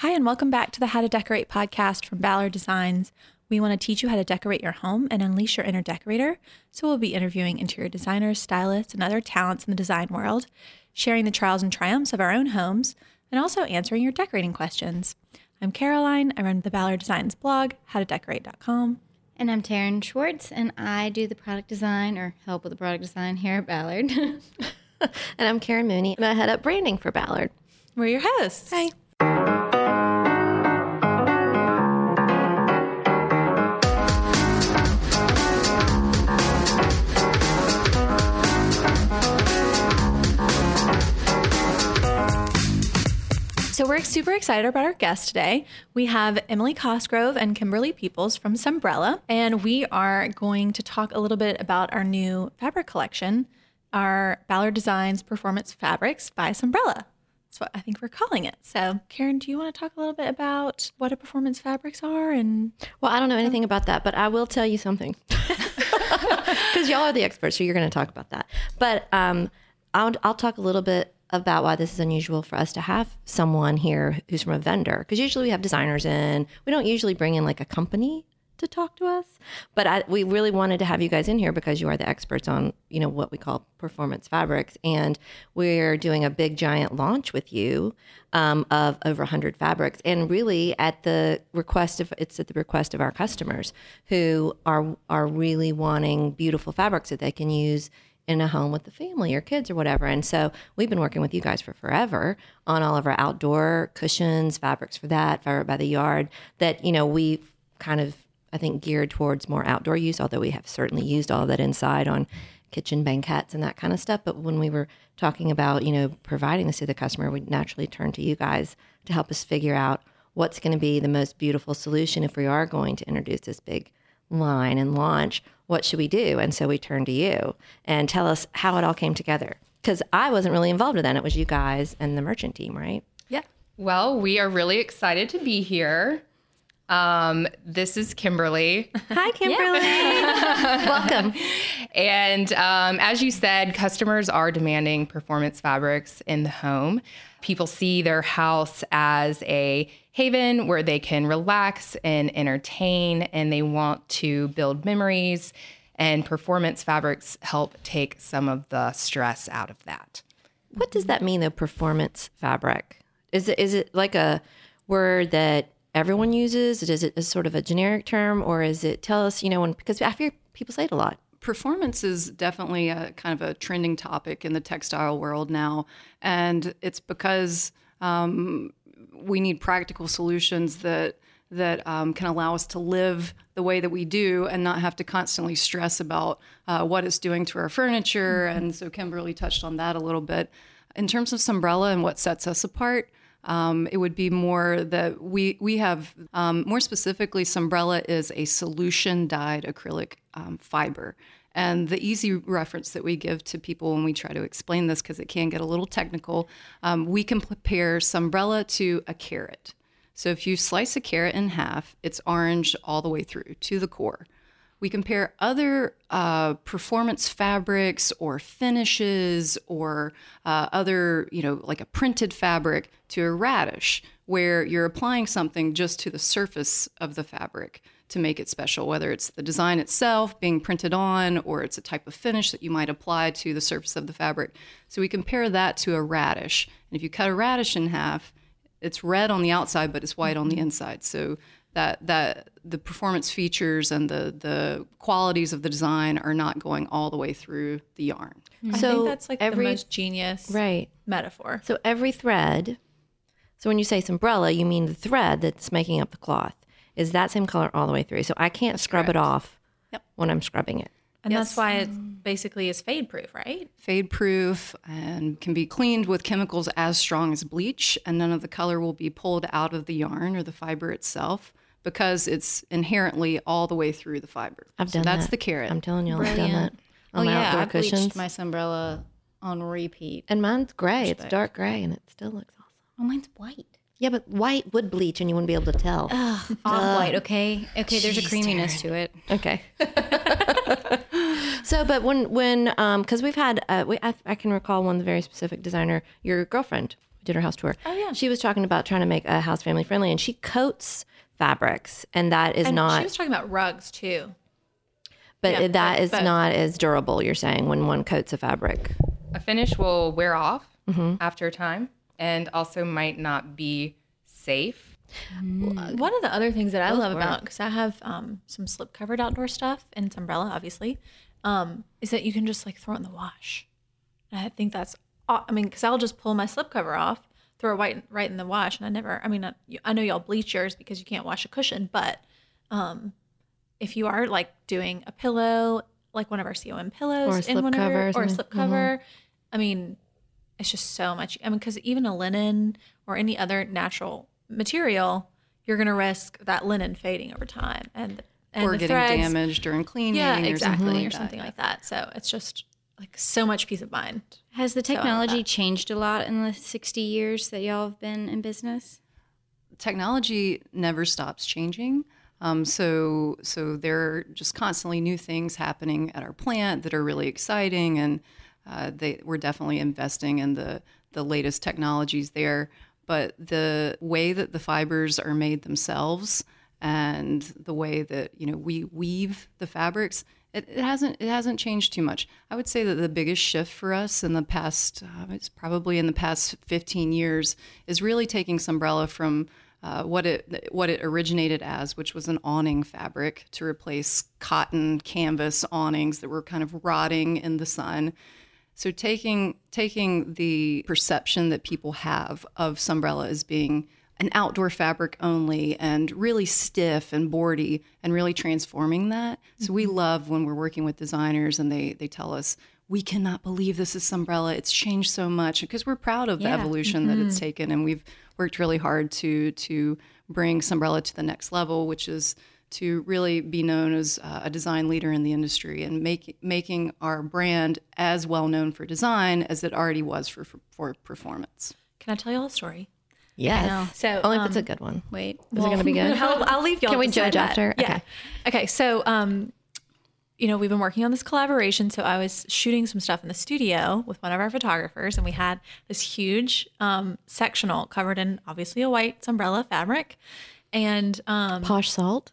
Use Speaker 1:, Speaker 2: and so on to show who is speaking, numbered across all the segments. Speaker 1: Hi, and welcome back to the How to Decorate podcast from Valor Designs. We want to teach you how to decorate your home and unleash your inner decorator. So, we'll be interviewing interior designers, stylists, and other talents in the design world, sharing the trials and triumphs of our own homes, and also answering your decorating questions. I'm Caroline. I run the Valor Designs blog, howtodecorate.com.
Speaker 2: And I'm Taryn Schwartz, and I do the product design or help with the product design here at Ballard.
Speaker 3: And I'm Karen Mooney, and I head up branding for Ballard.
Speaker 1: We're your hosts.
Speaker 3: Hi.
Speaker 1: So we're super excited about our guests today. We have Emily Cosgrove and Kimberly Peoples from Sombrella, and we are going to talk a little bit about our new fabric collection, our Ballard Designs Performance Fabrics by Sombrella. That's what I think we're calling it. So, Karen, do you want to talk a little bit about what a performance fabrics are and
Speaker 3: Well, I don't know anything about that, but I will tell you something. Because y'all are the experts, so you're going to talk about that. But um, I'll, I'll talk a little bit about why this is unusual for us to have someone here who's from a vendor. Because usually we have designers in, we don't usually bring in like a company to talk to us. But I, we really wanted to have you guys in here because you are the experts on, you know, what we call performance fabrics. And we're doing a big giant launch with you um, of over 100 fabrics. And really at the request of, it's at the request of our customers who are, are really wanting beautiful fabrics that they can use in a home with the family or kids or whatever. And so we've been working with you guys for forever on all of our outdoor cushions, fabrics for that, fabric by the yard that, you know, we kind of, I think, geared towards more outdoor use, although we have certainly used all of that inside on kitchen banquettes and that kind of stuff. But when we were talking about, you know, providing this to the customer, we naturally turned to you guys to help us figure out what's going to be the most beautiful solution if we are going to introduce this big line and launch, what should we do? And so we turned to you and tell us how it all came together. Because I wasn't really involved with that. It was you guys and the merchant team, right?
Speaker 1: yeah,
Speaker 4: Well, we are really excited to be here. Um, this is Kimberly.
Speaker 3: Hi, Kimberly. Welcome.
Speaker 4: And um, as you said, customers are demanding performance fabrics in the home. People see their house as a haven where they can relax and entertain, and they want to build memories. And performance fabrics help take some of the stress out of that.
Speaker 3: What does that mean, though? Performance fabric is it is it like a word that everyone uses? Is it a sort of a generic term, or is it tell us? You know, when because I hear people say it a lot.
Speaker 5: performance is definitely a kind of a trending topic in the textile world now and it's because um, we need practical solutions that that um, can allow us to live the way that we do and not have to constantly stress about uh, what it's doing to our furniture and so kimberly touched on that a little bit in terms of sombrella and what sets us apart um, it would be more that we we have um, more specifically, Sombrella is a solution dyed acrylic um, fiber. And the easy reference that we give to people when we try to explain this, because it can get a little technical, um, we can compare Sombrella to a carrot. So if you slice a carrot in half, it's orange all the way through to the core. We compare other uh, performance fabrics or finishes or uh, other, you know, like a printed fabric to a radish, where you're applying something just to the surface of the fabric to make it special, whether it's the design itself being printed on or it's a type of finish that you might apply to the surface of the fabric. So we compare that to a radish. And if you cut a radish in half, it's red on the outside, but it's white on the inside. So that that the performance features and the the qualities of the design are not going all the way through the yarn.
Speaker 1: Mm-hmm. I
Speaker 3: So
Speaker 1: think that's like
Speaker 3: every-
Speaker 1: the most genius
Speaker 3: Right.
Speaker 1: metaphor.
Speaker 3: So every thread. So when you say sombrella, you mean the thread that's making up the cloth is that same color all the way through. So I can't scrub it off when I'm scrubbing it.
Speaker 1: And that's why it basically is fade proof, right?
Speaker 5: Fade proof and can be cleaned with chemicals as strong as bleach, and none of the color will be pulled out of the yarn or the fiber itself because it's inherently all the way through the fiber.
Speaker 3: I've
Speaker 5: so
Speaker 3: done
Speaker 5: that's
Speaker 3: that.
Speaker 5: the carrot.
Speaker 3: I'm telling y'all, I've done that
Speaker 2: Brilliant.
Speaker 3: on my outdoor
Speaker 2: I Oh, bleached
Speaker 3: cushions.
Speaker 2: my sombrella on repeat.
Speaker 3: and mine's gray. It's dark gray, and it still looks awesome.
Speaker 2: Oh, mine's white.
Speaker 3: Yeah, but white would bleach, and you wouldn't be able to tell.
Speaker 2: Off white, okay? Okay, there's a creaminess to it.
Speaker 3: Okay. so, but when when um, because we've had uh, we I, I can recall one very specific designer, your girlfriend did her house tour.
Speaker 1: Oh, yeah.
Speaker 3: She was talking about trying to make a house family friendly, and she coats fabrics, and that is
Speaker 1: And
Speaker 3: not.
Speaker 1: she was talking about rugs too.
Speaker 3: but
Speaker 1: yeah,
Speaker 3: that is
Speaker 1: but-
Speaker 3: not as durable. You're saying when one coats a fabric.
Speaker 4: A finish will wear off
Speaker 3: Mm-hmm.
Speaker 4: after time and also might not be safe.
Speaker 3: Mm.
Speaker 1: One of the other things that I love about because I have um, some slip covered outdoor stuff and it's umbrella, obviously, um, is that you can just like throw it in the wash. And I think that's, aw- I mean, because I'll just pull my slip cover off, throw it right, right in the wash, and I never. I mean, I, I know y'all bleach yours because you can't wash a cushion, but um, if you are like doing a pillow, like one of our COM pillows,
Speaker 3: Or a slip mm-hmm.
Speaker 1: in one of your-
Speaker 3: cover or
Speaker 1: or a
Speaker 3: something.
Speaker 1: slip cover, I mean, it's just so much. I mean, because even a linen or any other natural material, you're going to risk that linen fading over time and and
Speaker 5: or
Speaker 1: the
Speaker 5: getting
Speaker 1: threads.
Speaker 5: damaged during cleaning
Speaker 1: Yeah,
Speaker 5: or something
Speaker 1: exactly,
Speaker 5: like
Speaker 1: or
Speaker 5: that.
Speaker 1: something like that. So it's just like so much peace of mind.
Speaker 2: Has the
Speaker 1: I love
Speaker 2: technology changed a lot in the 60 years that y'all have been in business?
Speaker 5: technology never stops changing. Um, so so there are just constantly new things happening at our plant that are really exciting, and uh, they we're definitely investing in the the latest technologies there. But the way that the fibers are made themselves and the way that you know we weave the fabrics it, it hasn't it hasn't changed too much i would say that the biggest shift for us in the past uh, it's probably in the past 15 years is really taking sombrella from uh, what it what it originated as, which was an awning fabric, to replace cotton canvas awnings that were kind of rotting in the sun, so taking taking the perception that people have of Sombrella as being an outdoor fabric only and really stiff and boardy and really transforming that. So we love when we're working with designers and they they tell us we cannot believe this is Sombrella. It's changed so much because we're proud of the
Speaker 2: Yeah.
Speaker 5: evolution that it's taken and we've worked really hard to to bring Sombrella to the next level, which is to really be known as uh, a design leader in the industry and make, making our brand as well known for design as it already was for, for, for performance.
Speaker 1: Can I tell y'all a story?
Speaker 3: Yes.
Speaker 1: So, um,
Speaker 3: only if it's a good one.
Speaker 2: Wait.
Speaker 3: Is it going to be good?
Speaker 1: I'll, I'll leave y'all.
Speaker 3: Can we
Speaker 1: to decide
Speaker 3: judge
Speaker 1: that.
Speaker 3: after?
Speaker 1: Yeah. Okay. So, um, you know, we've been working on this collaboration. So I was shooting some stuff in the studio with one of our photographers, and we had this huge um, sectional covered in obviously a white umbrella fabric. And um,
Speaker 3: Posh salt.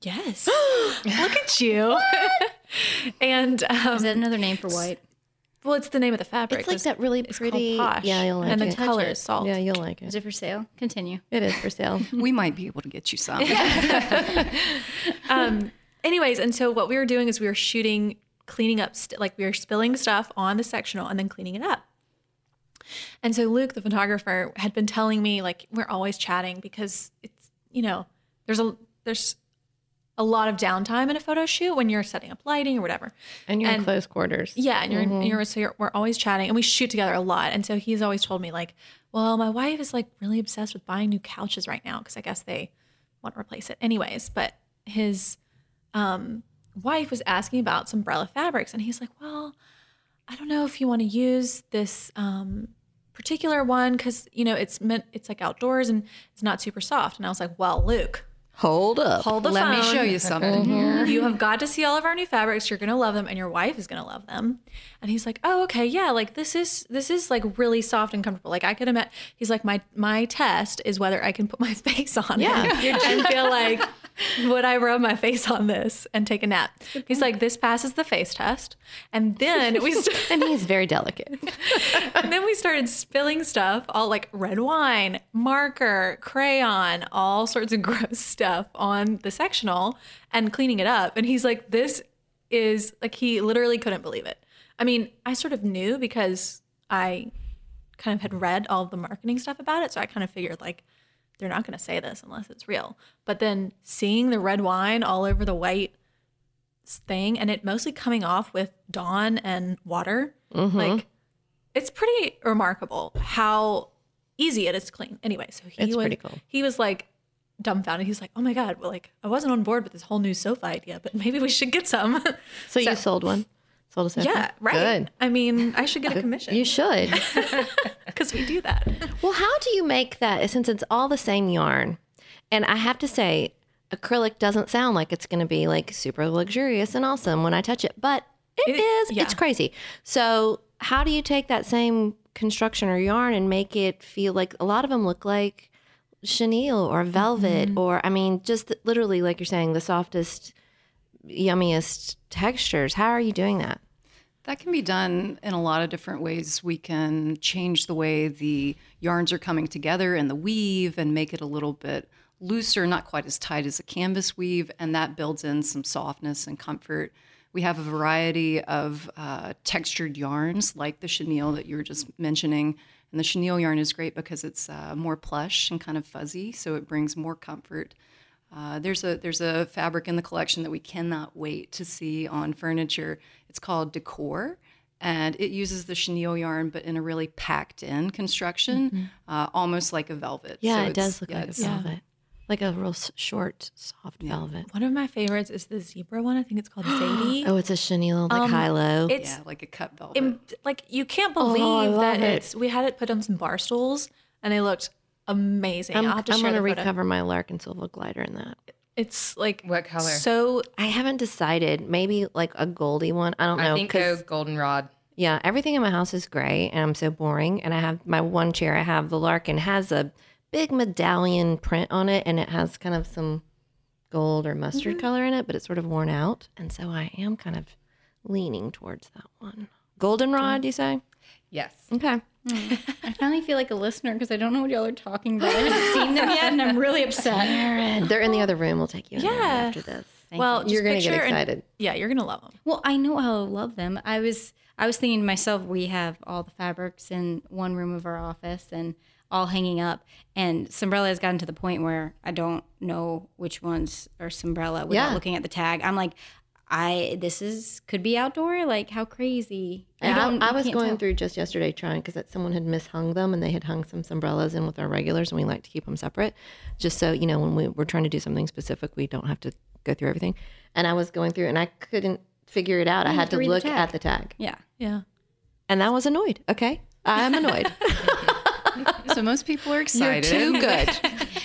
Speaker 1: yes, look at you. and um,
Speaker 2: Is that another name for white?
Speaker 1: well, it's the name of the fabric.
Speaker 3: It's like that really
Speaker 1: called
Speaker 3: pretty.
Speaker 1: posh.
Speaker 3: Yeah, you'll like
Speaker 1: and
Speaker 3: it.
Speaker 1: the color
Speaker 2: it.
Speaker 1: is salt.
Speaker 3: Yeah, you'll like
Speaker 2: Is
Speaker 3: it.
Speaker 2: it for sale? Continue.
Speaker 3: It is for sale.
Speaker 5: We might be able to get you some.
Speaker 1: um, anyways, and so what we were doing is we were shooting, cleaning up, st- like we were spilling stuff on the sectional and then cleaning it up. And so Luke, the photographer, had been telling me like we're always chatting because it's you know there's a there's a lot of downtime in a photo shoot when you're setting up lighting or whatever.
Speaker 3: And you're in
Speaker 1: And-
Speaker 3: close quarters.
Speaker 1: Yeah, and you're, and
Speaker 5: Mm-hmm.
Speaker 1: you're so you're, we're always chatting, and we shoot together a lot. And so he's always told me like, well, my wife is like really obsessed with buying new couches right now because I guess they want to replace it anyways. But his um, wife was asking about some umbrella fabrics, and he's like, well, I don't know if you want to use this um, particular one because you know it's meant it's like outdoors and it's not super soft. And I was like, well, Luke,
Speaker 3: Hold up.
Speaker 1: hold the
Speaker 5: Let
Speaker 1: phone.
Speaker 5: me show you something
Speaker 1: Mm-hmm.
Speaker 5: here.
Speaker 1: You have got to see all of our new fabrics. You're gonna love them, and your wife is gonna love them. And he's like, oh, okay, yeah, like this is this is like really soft and comfortable. Like I could imagine. He's like, my my test is whether I can put my face on
Speaker 3: Yeah.
Speaker 1: it and feel like would I rub my face on this and take a nap. He's like, this passes the face test, and then we. St-
Speaker 3: and he's very delicate.
Speaker 1: and then we started spilling stuff, all like red wine, marker, crayon, all sorts of gross stuff on the sectional and cleaning it up. And he's like, this is like, he literally couldn't believe it. I mean, I sort of knew because I kind of had read all the marketing stuff about it. So I kind of figured, like, they're not going to say this unless it's real. But then seeing the red wine all over the white thing and it mostly coming off with dawn and water,
Speaker 3: Mm-hmm.
Speaker 1: like, it's pretty remarkable how easy it is to clean. Anyway, so he
Speaker 3: It's
Speaker 1: was
Speaker 3: pretty cool.
Speaker 1: he was like dumbfounded. He's like, "Oh my god, well, like I wasn't on board with this whole new sofa idea, but maybe we should get some."
Speaker 3: So, you sold one. Sold a sofa.
Speaker 1: yeah, right. I mean, I should get a
Speaker 3: Good. You
Speaker 1: commission
Speaker 3: should.
Speaker 1: because we do that.
Speaker 3: well, how do you make that since it's all the same yarn? And I have to say, acrylic doesn't sound like it's going to be like super luxurious and awesome when I touch it, but
Speaker 1: It-
Speaker 3: it is.
Speaker 1: yeah.
Speaker 3: It's crazy. So how do you take that same construction or yarn and make it feel like a lot of them look like chenille or velvet
Speaker 1: Mm-hmm.
Speaker 3: or I mean just th- literally like you're saying the softest yummiest textures how are you doing that
Speaker 5: That can be done in a lot of different ways. We can change the way the yarns are coming together and the weave and make it a little bit looser, not quite as tight as a canvas weave, and that builds in some softness and comfort. We have a variety of uh, textured yarns, like the chenille that you were just mentioning. And the chenille yarn is great because it's uh, more plush and kind of fuzzy, so it brings more comfort. Uh, there's a there's a fabric in the collection that we cannot wait to see on furniture. It's called Decor, and it uses the chenille yarn, but in a really packed-in construction, uh, almost like a velvet.
Speaker 3: Mm-hmm. yeah uh,
Speaker 5: So
Speaker 3: it
Speaker 5: it's-
Speaker 3: does look
Speaker 5: yeah,
Speaker 3: like a
Speaker 5: it's-
Speaker 3: velvet like a real s- short soft velvet
Speaker 1: One of my favorites is the zebra one. I think it's called Zadie.
Speaker 3: oh it's a chenille like high low
Speaker 1: It's
Speaker 5: yeah, like a cut velvet.
Speaker 1: im- like you can't
Speaker 3: Oh, I
Speaker 1: believe that
Speaker 3: love it.
Speaker 1: it's. We had it put on some bar stools, and they looked amazing.
Speaker 3: I'm,
Speaker 1: I'll have to
Speaker 3: I'm
Speaker 1: share
Speaker 3: gonna
Speaker 1: the photo.
Speaker 3: recover my Larkin Silva glider in that
Speaker 1: It's like
Speaker 4: What color?
Speaker 1: So
Speaker 3: I haven't decided. Maybe like a goldy one. I don't know.
Speaker 4: I think
Speaker 3: 'cause-
Speaker 4: go goldenrod.
Speaker 3: yeah, everything in my house is gray, and I'm so boring. And I have my one chair. I have the Larkin has a big medallion print on it, and it has kind of some gold or mustard color in it, but it's sort of worn out. And so I am kind of leaning towards that one. Goldenrod, you say?
Speaker 4: Yes.
Speaker 3: Okay.
Speaker 2: I finally feel like a listener because I don't know what y'all are talking about. I haven't seen them yet, and I'm really upset.
Speaker 3: And they're in the other room. We'll take you in there
Speaker 1: Yeah.
Speaker 3: after this.
Speaker 1: well, just
Speaker 3: You're gonna get
Speaker 1: picture and-
Speaker 3: excited.
Speaker 1: yeah, you're gonna love them.
Speaker 2: Well, I know I'll love them. I was I was thinking to myself, we have all the fabrics in one room of our office and all hanging up. And Sombrella has gotten to the point where I don't know which ones are Sombrella without
Speaker 3: Yeah.
Speaker 2: looking at the tag. I'm like, I this is could be outdoor. Like how crazy. You don't-
Speaker 3: And I, I
Speaker 2: you
Speaker 3: was
Speaker 2: can't
Speaker 3: going
Speaker 2: tell.
Speaker 3: through just yesterday trying because someone had mishung them and they had hung some umbrellas in with our regulars and we like to keep them separate just so you know when we, we're trying to do something specific we don't have to go through everything and I was going through and I couldn't figure it out I had
Speaker 2: have to
Speaker 3: to
Speaker 2: read the
Speaker 3: look
Speaker 2: tag.
Speaker 3: at the tag
Speaker 2: Yeah.
Speaker 1: Yeah.
Speaker 3: and I was annoyed okay I'm annoyed
Speaker 5: so most people are
Speaker 3: you're
Speaker 5: excited.
Speaker 3: too good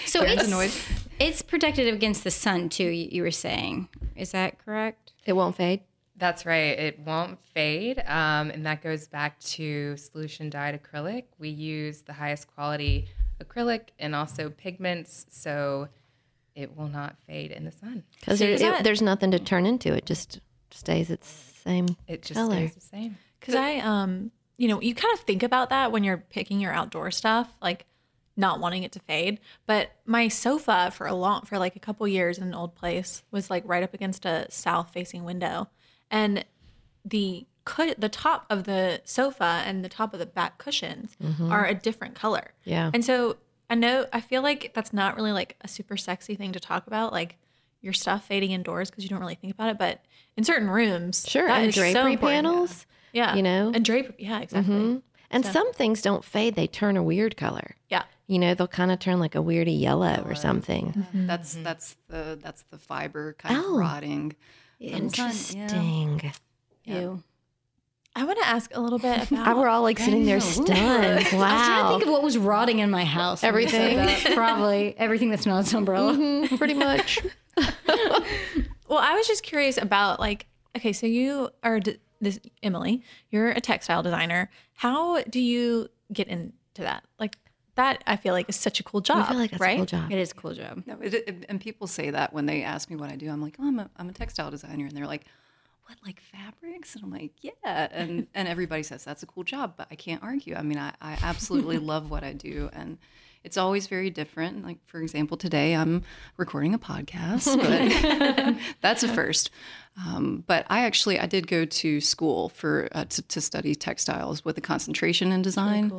Speaker 2: So it's
Speaker 5: annoyed.
Speaker 2: it's protected against the sun too. You, you were saying, is that correct?
Speaker 3: it won't fade
Speaker 4: That's right. It won't fade. Um, and that goes back to solution dyed acrylic. We use the highest quality acrylic and also pigments, so it will not fade in the sun.
Speaker 3: because
Speaker 1: See, 'cause I-
Speaker 3: there's nothing to turn into it just stays its same
Speaker 4: It just
Speaker 3: Color.
Speaker 4: stays the same.
Speaker 1: Because I, um, you know, you kind of think about that when you're picking your outdoor stuff, like not wanting it to fade. But my sofa for a long, for like a couple years in an old place, was like right up against a south-facing window, and the cu- the top of the sofa and the top of the back cushions are a different color.
Speaker 3: Mm-hmm. yeah
Speaker 1: And so I know I feel like that's not really like a super sexy thing to talk about, like your stuff fading indoors because you don't really think about it. But in certain rooms,
Speaker 3: sure
Speaker 1: that
Speaker 3: and
Speaker 1: is so
Speaker 3: drapery
Speaker 1: important.
Speaker 3: panels
Speaker 1: Yeah.
Speaker 3: you know?
Speaker 1: And drapery. Yeah, exactly.
Speaker 3: Mhm. and some things don't fade they turn a weird color
Speaker 1: Yeah.
Speaker 3: you know they'll kind of turn like a weirdy yellow or something
Speaker 5: That's that's the that's the fiber kind
Speaker 3: Oh.
Speaker 5: of rotting.
Speaker 3: Interesting.
Speaker 2: You.
Speaker 1: I want to ask a little bit
Speaker 3: I,
Speaker 1: about
Speaker 3: we're all like sitting there stunned.
Speaker 2: I was trying to
Speaker 3: Wow.
Speaker 2: think of what was rotting in my house. when you said
Speaker 3: Everything.
Speaker 2: that. Probably everything that's not an umbrella.
Speaker 3: Mhm, Pretty much.
Speaker 1: Well, I was just curious about like okay, so you are d- this Emily, you're a textile designer. How do you get into that? Like that I feel like is such a cool job,
Speaker 3: I feel like that's
Speaker 1: right?
Speaker 3: a cool job.
Speaker 2: It is a cool job.
Speaker 5: No, it, it- and people say that when they ask me what I do, I'm like, oh, I'm a, I'm a textile designer, and they're like, what, like fabrics? And I'm like, yeah. And and everybody says that's a cool job, but I can't argue. I mean, I, I absolutely love what I do, and it's always very different. Like for example, today I'm recording a podcast, but that's a first. Um, but I actually I did go to school for uh, to, to study textiles with a concentration in design.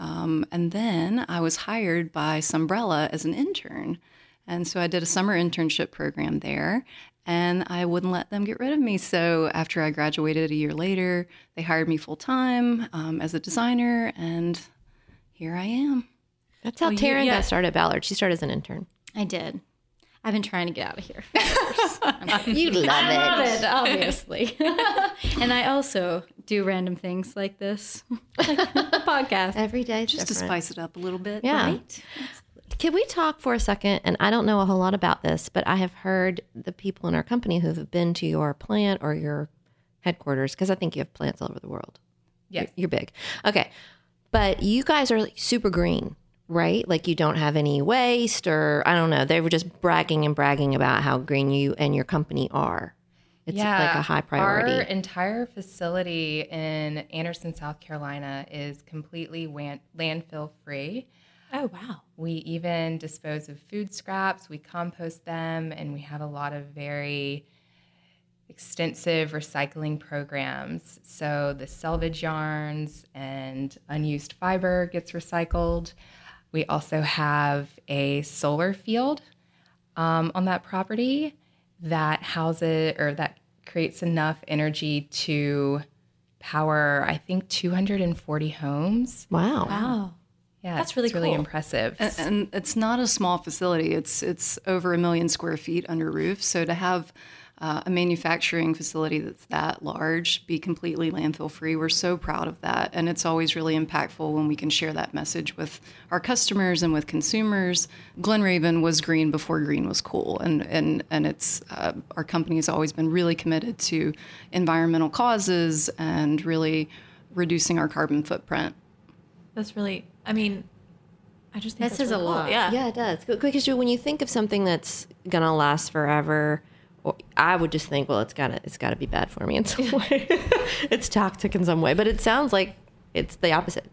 Speaker 5: Um, and then I was hired by Sombrella as an intern. And so I did a summer internship program there, and I wouldn't let them get rid of me. So after I graduated a year later, they hired me full time um, as a designer, and here I am.
Speaker 3: That's how
Speaker 1: you-
Speaker 3: Taryn
Speaker 1: yeah.
Speaker 3: got started at Ballard. She started as an intern.
Speaker 2: I did. I've been trying to get out of here.
Speaker 3: You love
Speaker 2: Love it, obviously. and I also do random things like this, like the podcast.
Speaker 3: Every day.
Speaker 5: Just to spice it up a little bit.
Speaker 3: Yeah. Can we talk for a second? And I don't know a whole lot about this, but I have heard the people in our company who have been to your plant or your headquarters, because I think you have plants all over the world.
Speaker 4: Yes.
Speaker 3: You're big. Okay. But you guys are like, super green, right? Like you don't have any waste or I don't know. They were just bragging and bragging about how green you and your company are. It's like a high priority.
Speaker 4: Our entire facility in Anderson, South Carolina is completely wan- landfill free.
Speaker 1: Oh, wow.
Speaker 4: We even dispose of food scraps, we compost them, and we have a lot of very extensive recycling programs. So the selvage yarns and unused fiber gets recycled. We also have a solar field um, on that property that houses or that creates enough energy to power, I think, 240 homes.
Speaker 3: wow.
Speaker 1: Wow.
Speaker 4: Yeah,
Speaker 1: That's
Speaker 4: it's-
Speaker 1: really
Speaker 4: it's really
Speaker 1: cool.
Speaker 4: impressive.
Speaker 5: And, and it's not a small facility. It's it's over a million square feet under roof. So to have uh, a manufacturing facility that's that large be completely landfill free, we're so proud of that. And it's always really impactful when we can share that message with our customers and with consumers. Glenraven was green before green was cool, and and and it's uh, our company has always been really committed to environmental causes and really reducing our carbon footprint.
Speaker 1: That's really, I mean, I just think that's
Speaker 2: That says a
Speaker 1: really cool.
Speaker 2: lot.
Speaker 1: Yeah.
Speaker 3: Yeah, it does. Because you- when you think of something that's gonna last forever, or I would just think, well, it's gotta it's gotta be bad for me in some way. it's toxic in some way, but it sounds like it's the opposite.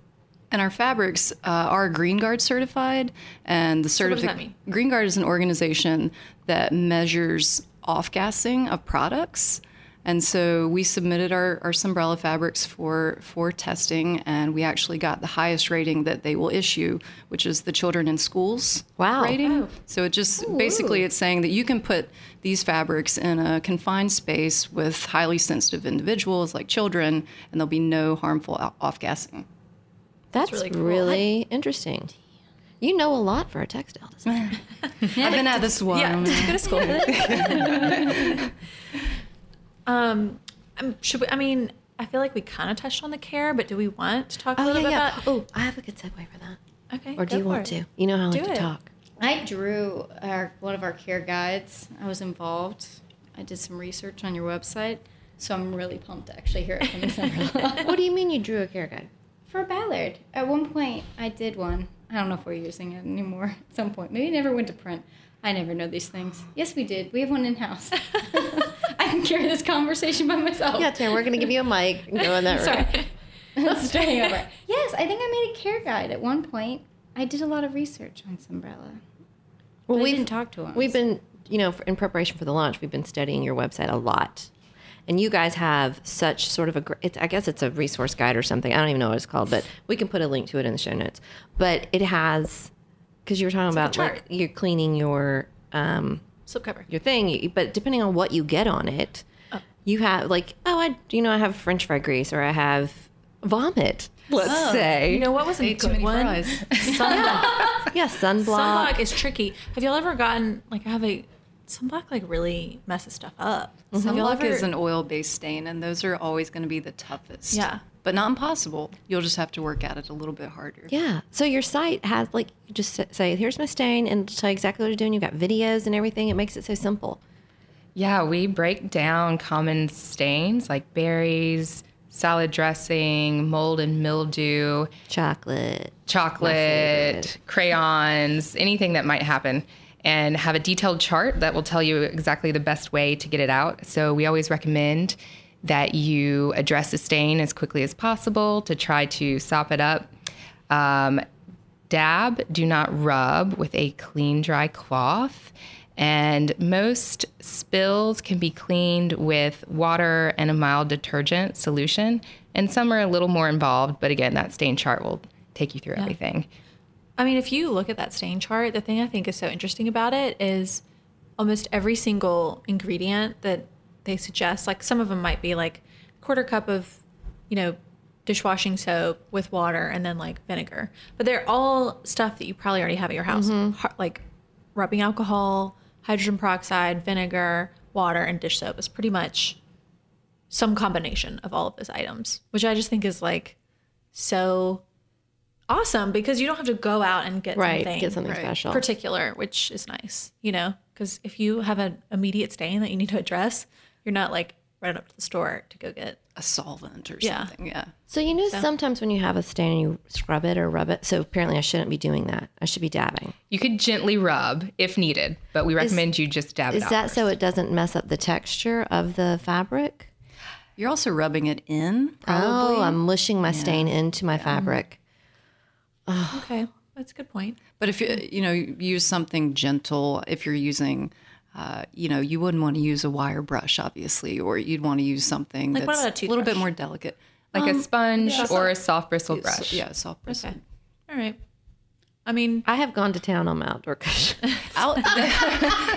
Speaker 5: And our fabrics uh, are Green Guard certified, and the
Speaker 1: what does that
Speaker 5: certificate
Speaker 1: mean?
Speaker 5: Green Guard is an organization that measures off gassing of products. And so we submitted our, our Sombrella fabrics for, for testing, and we actually got the highest rating that they will issue, which is the children in schools
Speaker 3: Wow.
Speaker 5: rating.
Speaker 1: Oh.
Speaker 5: So it just basically it's saying that you can put these fabrics in a confined space with highly sensitive individuals like children, and there'll be no harmful off gassing.
Speaker 3: That's
Speaker 1: really
Speaker 3: really,
Speaker 1: cool.
Speaker 3: interesting. You know a lot for a textile designer.
Speaker 5: I've been at this one.
Speaker 1: Yeah, go to school. um, um, should we? I mean, I feel like we kind of touched on the care, but do we want to talk a
Speaker 3: Oh
Speaker 1: little
Speaker 3: yeah,
Speaker 1: bit
Speaker 3: yeah.
Speaker 1: about?
Speaker 3: Oh, I have a good segue for that.
Speaker 1: Okay,
Speaker 3: Or do
Speaker 1: go
Speaker 3: you
Speaker 1: for
Speaker 3: want
Speaker 1: it.
Speaker 3: to? You know how I
Speaker 1: Do
Speaker 3: like
Speaker 1: it.
Speaker 3: to talk.
Speaker 2: I drew our, one of our care guides. I was involved. I did some research on your website, so I'm really pumped to actually hear it from Cinderella.
Speaker 3: What do you mean you drew a care guide?
Speaker 2: For Ballard, at one point I did one. I don't know if we're using it anymore. At some point, maybe it never went to print. I never know these things. Yes, we did. We have one in house. I can carry this conversation by myself.
Speaker 3: Yeah, Taryn, we're gonna give you a mic and go in that room.
Speaker 2: Oh. Sorry. That's starting over. Yes, I think I made a care guide at one point. I did a lot of research on Sombrella.
Speaker 3: Well,
Speaker 2: But I
Speaker 3: we've-
Speaker 2: didn't talk to him.
Speaker 3: We've been, you know, for, in preparation for the launch, we've been studying your website a lot. And you guys have such sort of a, gr- it's, I guess it's a resource guide or something. I don't even know what it's called, but we can put a link to it in the show notes. But it has, because you were talking
Speaker 1: like a
Speaker 3: about like,
Speaker 1: chart.
Speaker 3: you're cleaning your um,
Speaker 1: Slipcover.
Speaker 3: your thing, you- but depending on what you get on it, you have like, oh, I, you know, I have French fry grease or I have vomit. Let's
Speaker 1: You
Speaker 3: say,
Speaker 1: know what was a
Speaker 5: Ate too
Speaker 1: good
Speaker 5: many
Speaker 1: one?
Speaker 5: fries.
Speaker 1: Sunblock.
Speaker 3: yeah, sunblock.
Speaker 1: sunblock is tricky. Have y'all ever gotten like I have a sunblock like really messes stuff up.
Speaker 3: Mm-hmm.
Speaker 1: Have y'all
Speaker 5: Sunblock
Speaker 1: ever-
Speaker 5: is an oil-based stain, and those are always going to be the toughest.
Speaker 1: Yeah.
Speaker 5: but not impossible. You'll just have to work at it a little bit harder.
Speaker 3: Yeah. So your site has like you just s- say, "Here's my stain," and it'll tell you exactly what you're doing. You've got videos and everything. It makes it so simple.
Speaker 4: Yeah, we break down common stains like berries, salad dressing, mold and mildew,
Speaker 3: Chocolate.
Speaker 4: chocolate, crayons, anything that might happen, and have a detailed chart that will tell you exactly the best way to get it out. So we always recommend that you address a stain as quickly as possible to try to sop it up. Um, dab, do not rub with a clean, dry cloth. And most spills can be cleaned with water and a mild detergent solution. And some are a little more involved, but again, that stain chart will take you through everything.
Speaker 1: I mean, if you look at that stain chart, the thing I think is so interesting about it is almost every single ingredient that they suggest, like some of them might be like quarter cup of, you know, dishwashing soap with water and then like vinegar. But they're all stuff that you probably already have at your house,
Speaker 3: Mm-hmm.
Speaker 1: Har- like rubbing alcohol, hydrogen peroxide, vinegar, water, and dish soap is pretty much some combination of all of those items, which I just think is like so awesome because you don't have to go out and get something
Speaker 3: Get something
Speaker 5: Right.
Speaker 3: special.
Speaker 1: particular, which is nice, you know, because if you have an immediate stain that you need to address, you're not like run up to the store to go get.
Speaker 5: a solvent or
Speaker 1: Yeah.
Speaker 5: something. Yeah.
Speaker 3: So you know sometimes when you have a stain and you scrub it or rub it. So apparently I shouldn't be doing that. I should be dabbing.
Speaker 4: You could gently rub if needed, but we recommend you just dab
Speaker 3: Is
Speaker 4: it out.
Speaker 3: that so it doesn't mess up the texture of the fabric?
Speaker 5: You're also rubbing it in. Probably.
Speaker 3: Oh, I'm mushing my stain into my fabric.
Speaker 1: Okay, that's a good point.
Speaker 5: But if you you know use something gentle, if you're using, uh, you know, you wouldn't want to use a wire brush, obviously, or you'd want to use something
Speaker 1: Like, what
Speaker 5: that's
Speaker 1: about a
Speaker 5: little bit
Speaker 1: toothbrush?
Speaker 5: more delicate.
Speaker 4: like a sponge or a soft bristle
Speaker 5: So-
Speaker 4: brush.
Speaker 5: yeah, soft bristle.
Speaker 1: Okay. All right. I mean,
Speaker 3: I have gone to town on my outdoor cushion.
Speaker 5: Out-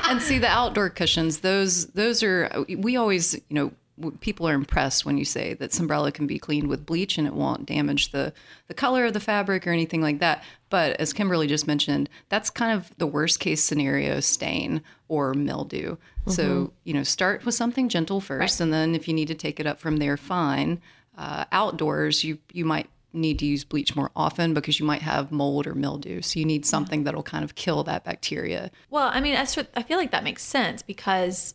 Speaker 5: and see the outdoor cushions; those those are we always you know w- people are impressed when you say that sombrella can be cleaned with bleach and it won't damage the the color of the fabric or anything like that. But as Kimberly just mentioned, that's kind of the worst case scenario stain or mildew. So you know, start with something gentle first, and then if you need to take it up from there, fine. Uh, outdoors, you you might need to use bleach more often because you might have mold or mildew. So you need something that'll kind of kill that bacteria.
Speaker 1: Well, I mean, I, sort- I feel like that makes sense because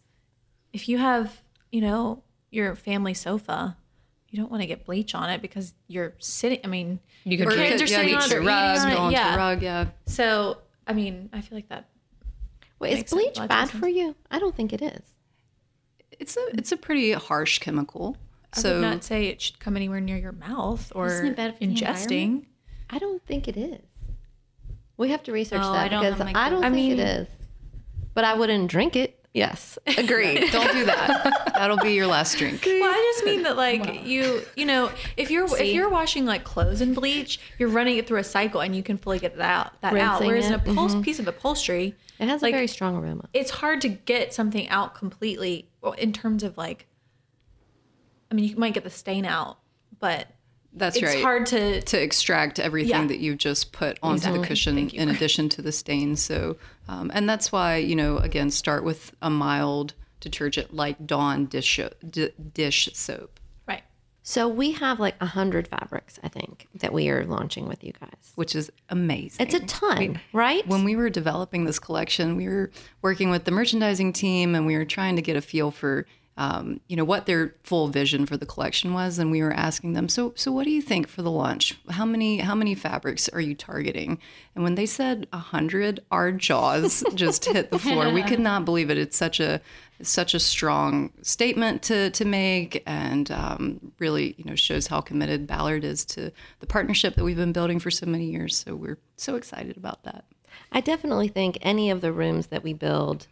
Speaker 1: if you have, you know, your family sofa, you don't want to get bleach on it because you're sitting. I mean,
Speaker 4: You could
Speaker 1: your
Speaker 4: drink
Speaker 1: kids
Speaker 4: it,
Speaker 1: are
Speaker 4: yeah,
Speaker 1: sitting
Speaker 4: you
Speaker 1: on
Speaker 4: could
Speaker 1: it, they're eating
Speaker 4: rub,
Speaker 1: on
Speaker 5: spill
Speaker 1: it.
Speaker 5: onto
Speaker 1: Yeah.
Speaker 5: the rug. Yeah.
Speaker 1: So, I mean, I feel like that.
Speaker 3: Wait, is
Speaker 1: Makes sense.
Speaker 3: bleach
Speaker 1: Logic
Speaker 3: bad
Speaker 1: sense.
Speaker 3: for you? I don't think it is.
Speaker 5: It's a it's a pretty harsh chemical.
Speaker 1: I would
Speaker 5: So
Speaker 1: not say it should come anywhere near your mouth or
Speaker 2: Isn't it bad for the
Speaker 1: ingesting.
Speaker 2: environment?
Speaker 3: I don't think it is. We have to research
Speaker 2: Oh,
Speaker 3: that
Speaker 2: I don't
Speaker 3: because
Speaker 2: have my
Speaker 3: I don't
Speaker 1: I
Speaker 3: think
Speaker 1: mean-
Speaker 3: it is. But I wouldn't drink it. Yes, agreed.
Speaker 5: don't do that. That'll be your last drink.
Speaker 1: Well, I just mean that, like you, you know, if you're if you're washing like clothes in bleach, you're running it through a cycle and you can fully get that out. That out.
Speaker 3: Rinsing
Speaker 1: Whereas an
Speaker 3: it,
Speaker 1: upholst
Speaker 2: mm-hmm.
Speaker 1: piece of upholstery,
Speaker 3: it has
Speaker 1: Like-
Speaker 3: a very strong aroma.
Speaker 1: it's hard to get something out completely well, in terms of like i mean you might get the stain out but
Speaker 5: That's
Speaker 1: it's
Speaker 5: right.
Speaker 1: hard to
Speaker 5: to extract everything
Speaker 1: Yeah.
Speaker 5: that you've just put onto the cushion in addition to the stain. So, um, and that's why, you know, again, start with a mild detergent like Dawn dish, d- dish soap,
Speaker 1: right
Speaker 3: So we have like a hundred fabrics, I think, that we are launching with you guys.
Speaker 5: which is amazing.
Speaker 3: It's a ton, right?
Speaker 5: when we were developing this collection, we were working with the merchandising team and we were trying to get a feel for um, you know what their full vision for the collection was and we were asking them so so what do you think for the launch how many how many fabrics are you targeting and when they said 100 our jaws just hit the floor we could not believe it it's such a such a strong statement to to make and um, really you know shows how committed Ballard is to the partnership that we've been building for so many years so we're so excited about that
Speaker 3: I definitely think any of the rooms that we build,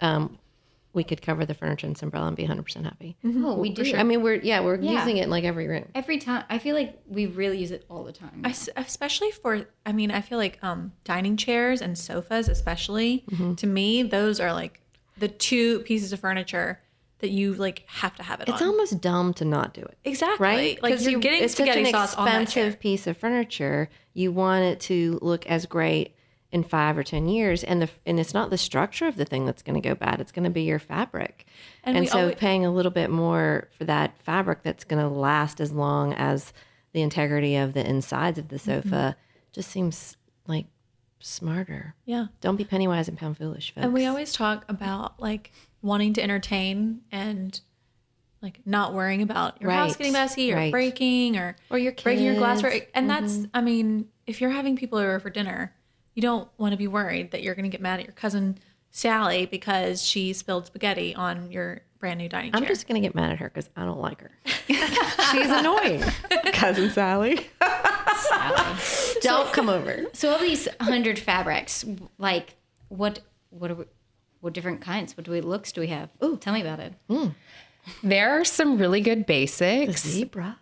Speaker 3: um, we could cover the furniture and umbrella and be 100% happy.
Speaker 2: Oh, we do.
Speaker 3: I mean, we're Mm-hmm. yeah, we're
Speaker 2: Yeah.
Speaker 3: using it in like every room.
Speaker 2: Every time, I feel like we really use it all the time.
Speaker 1: I s especially for i mean i feel like um dining chairs and sofas especially
Speaker 3: Mm-hmm.
Speaker 1: to me those are like the two pieces of furniture that you like have to have it
Speaker 3: It's
Speaker 1: on
Speaker 3: almost dumb to not do it.
Speaker 1: exactly
Speaker 3: Right?
Speaker 1: like
Speaker 3: 'Cause
Speaker 1: you're, getting
Speaker 3: it's such an
Speaker 1: spaghetti sauce on that
Speaker 3: expensive
Speaker 1: chair.
Speaker 3: piece of furniture. You want it to look as great in five or ten years, and the and it's not the structure of the thing that's going to go bad. It's going to be your fabric,
Speaker 1: And
Speaker 3: and,
Speaker 1: we
Speaker 3: so
Speaker 1: always-
Speaker 3: paying a little bit more for that fabric that's going to last as long as the integrity of the insides of the
Speaker 1: Mm-hmm.
Speaker 3: sofa just seems like smarter.
Speaker 1: yeah
Speaker 3: Don't be penny wise and pound foolish, folks.
Speaker 1: And we always talk about like wanting to entertain and like not worrying about your house
Speaker 3: Right.
Speaker 1: getting messy or
Speaker 3: Right.
Speaker 1: breaking or
Speaker 3: Or your
Speaker 1: breaking your glassware.
Speaker 3: kids. Mm-hmm.
Speaker 1: And that's, I mean, if you're having people over for dinner, you don't want to be worried that you're going to get mad at your cousin Sally because she spilled spaghetti on your brand new dining
Speaker 3: I'm
Speaker 1: chair.
Speaker 3: just going to get mad at her because I don't like her. She's annoying. Cousin Sally. Don't come over.
Speaker 2: so of these hundred fabrics, like what, what are we, what different kinds? What do we looks do we have? Ooh, tell me about it.
Speaker 4: There are some really good basics.
Speaker 3: Zebra.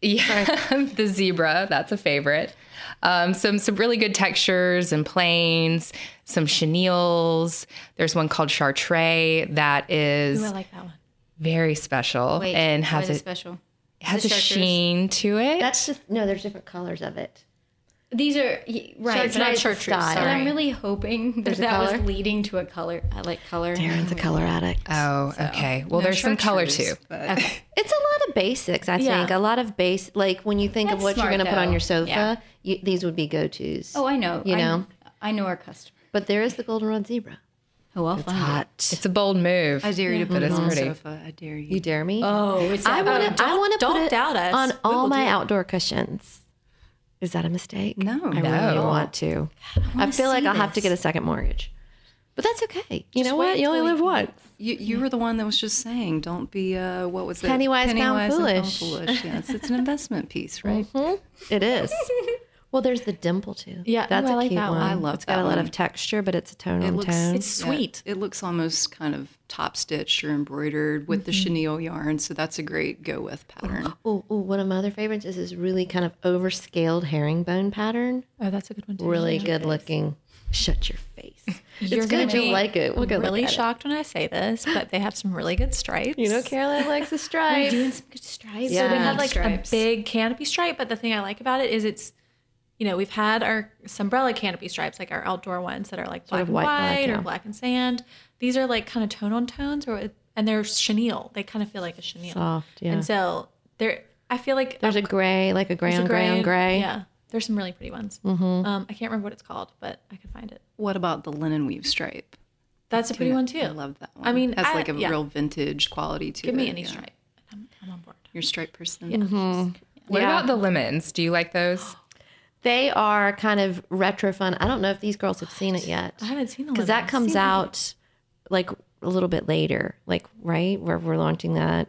Speaker 4: Yeah, the zebra, that's a favorite. Um, some some really good textures and planes, some chenilles. There's one called Chartres that is
Speaker 1: Ooh, I like that one.
Speaker 4: very special
Speaker 2: Wait,
Speaker 4: and
Speaker 2: what
Speaker 4: has
Speaker 2: is it
Speaker 4: a
Speaker 2: special?
Speaker 4: has
Speaker 2: Is
Speaker 4: a
Speaker 2: it chartreuse?
Speaker 4: sheen to it.
Speaker 3: That's just no. There's different colors of it.
Speaker 2: These are y- right,
Speaker 3: Chartreuse
Speaker 2: but, I,
Speaker 3: chartreuse,
Speaker 2: but
Speaker 3: sorry.
Speaker 2: I'm really hoping that
Speaker 3: There's a
Speaker 2: that was
Speaker 3: color?
Speaker 2: leading to a color. I like color.
Speaker 3: Aaron's a color addict.
Speaker 4: oh, okay. Well, there's some color too.
Speaker 3: It's a lot of basics. I
Speaker 1: Yeah.
Speaker 3: think a lot of base. Like when you think of
Speaker 2: That's
Speaker 3: what you're
Speaker 2: smart,
Speaker 3: going to put on
Speaker 2: though.
Speaker 3: your sofa,
Speaker 2: Yeah.
Speaker 3: you, these would be go tos.
Speaker 2: Oh, I know.
Speaker 3: You
Speaker 2: I-
Speaker 3: know.
Speaker 2: I, know our customer.
Speaker 3: But there is the goldenrod zebra.
Speaker 2: Oh, I'll find it.
Speaker 3: Hot.
Speaker 4: It's a bold move.
Speaker 5: I dare you to put
Speaker 4: That is
Speaker 5: it
Speaker 1: Mm-hmm.
Speaker 5: on the
Speaker 4: pretty.
Speaker 5: sofa. I dare you.
Speaker 3: You dare me?
Speaker 2: Oh, it's
Speaker 3: I want to. I
Speaker 1: don't-
Speaker 3: want to
Speaker 1: don't
Speaker 3: put it
Speaker 1: doubt us.
Speaker 3: on
Speaker 1: We
Speaker 3: all my outdoor cushions. Is that a mistake?
Speaker 5: No,
Speaker 3: I really
Speaker 4: No.
Speaker 3: want to. I, feel like I'll have to get a second mortgage, but that's okay. You know what?
Speaker 5: wait
Speaker 3: You only
Speaker 5: till
Speaker 3: live
Speaker 5: you-
Speaker 3: once.
Speaker 5: You, you were the one that was just saying, don't be, uh, what was it?
Speaker 3: Pennywise found
Speaker 5: and
Speaker 3: foolish.
Speaker 5: found foolish. Yes, it's an investment piece, right?
Speaker 1: Mm-hmm.
Speaker 3: It is. well, there's the dimple too.
Speaker 1: Yeah, ooh,
Speaker 3: that's
Speaker 1: I
Speaker 3: a
Speaker 1: like
Speaker 3: cute
Speaker 1: that
Speaker 3: one.
Speaker 1: one. I
Speaker 5: love
Speaker 3: It's got
Speaker 5: that
Speaker 3: a lot
Speaker 5: one.
Speaker 3: of texture, but it's a tone on
Speaker 5: looks-
Speaker 3: tone.
Speaker 1: It's sweet.
Speaker 5: It looks almost kind of top stitched or embroidered with
Speaker 1: Mm-hmm.
Speaker 5: the chenille yarn, so that's a great go with pattern.
Speaker 3: Ooh, ooh, one of my other favorites is this really kind of overscaled herringbone pattern.
Speaker 1: Oh, that's a good one too.
Speaker 3: Really good looking. Shut your face.
Speaker 1: You're
Speaker 3: it's good.
Speaker 1: gonna
Speaker 3: You'll
Speaker 1: be
Speaker 3: like it. We'll go
Speaker 1: really
Speaker 3: look at it.
Speaker 1: shocked when I say this, but they have some really good stripes.
Speaker 3: You know, Caroline likes the stripe.
Speaker 2: doing some good stripes.
Speaker 3: Yeah.
Speaker 1: So they have
Speaker 3: Big
Speaker 1: like
Speaker 2: stripes.
Speaker 1: a big canopy stripe, but the thing I like about it is it's, you know, we've had our umbrella canopy stripes, like our outdoor ones that are like black
Speaker 3: of
Speaker 1: and
Speaker 3: white,
Speaker 1: white,
Speaker 3: black,
Speaker 1: or
Speaker 3: yeah.
Speaker 1: black and sand. These are like kind of tone on tones, or it- and they're chenille. They kind of feel like a chenille.
Speaker 3: Soft, yeah.
Speaker 1: And so they're, I feel like
Speaker 3: There's a gray, like a gray
Speaker 1: there's
Speaker 3: on
Speaker 1: a
Speaker 3: gray on
Speaker 1: and-
Speaker 3: gray. Mm-hmm.
Speaker 1: Yeah, there's some really pretty ones. Um, I can't remember what it's called, but I can find it.
Speaker 5: What about the linen weave stripe?
Speaker 1: That's a pretty one too.
Speaker 5: I love that one.
Speaker 1: I mean,
Speaker 5: has
Speaker 1: I-
Speaker 5: like a
Speaker 1: yeah.
Speaker 5: real vintage quality to
Speaker 1: Give
Speaker 5: it.
Speaker 1: me any Mm-hmm.
Speaker 5: yeah.
Speaker 1: stripe. I'm, I'm on board.
Speaker 5: You're a stripe person.
Speaker 4: What
Speaker 3: Yeah.
Speaker 4: about the lemons? Do you like those?
Speaker 3: They are kind of retro fun. I don't know if these girls have seen it yet
Speaker 1: I haven't seen a
Speaker 3: because that comes out like a little bit later, like right where we're launching that.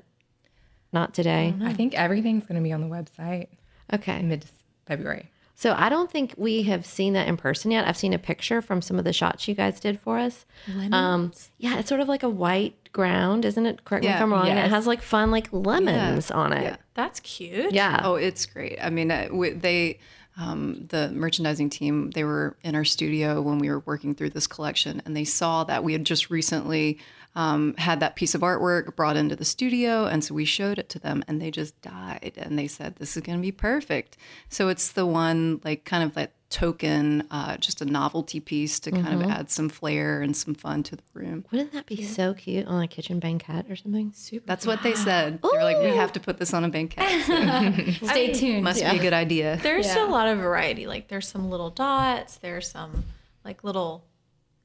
Speaker 3: Not today.
Speaker 4: I think everything's going to be on the website
Speaker 5: Mm-hmm.
Speaker 3: Okay.
Speaker 4: mid February.
Speaker 3: So I don't think we have seen that in person yet. I've seen a picture from some of the shots you guys did for us. Um, yeah, it's sort of like a white ground, isn't it? Correct me if
Speaker 5: Yeah,
Speaker 3: I'm wrong. And it
Speaker 4: yes.
Speaker 3: has like fun, like lemons on
Speaker 5: yeah.
Speaker 3: it.
Speaker 1: That's cute.
Speaker 3: Yeah.
Speaker 5: Oh, it's great. I mean, uh, we, they, um, the merchandising team, they were in our studio when we were working through this collection, and they saw that we had just recently um, had that piece of artwork brought into the studio, and so we showed it to them, and they just died, and they said, "This is going to be perfect." So it's the one, like, kind of like token, uh, just a novelty piece to kind of add some flair and some fun to the room.
Speaker 3: Wouldn't that be so cute on a kitchen banquette or something?
Speaker 5: That's what they said. They're like, "We have to put this on a banquet. So
Speaker 2: Stay tuned.
Speaker 5: must be a good idea."
Speaker 1: There's a lot of variety. Like there's some little dots. There's some like little,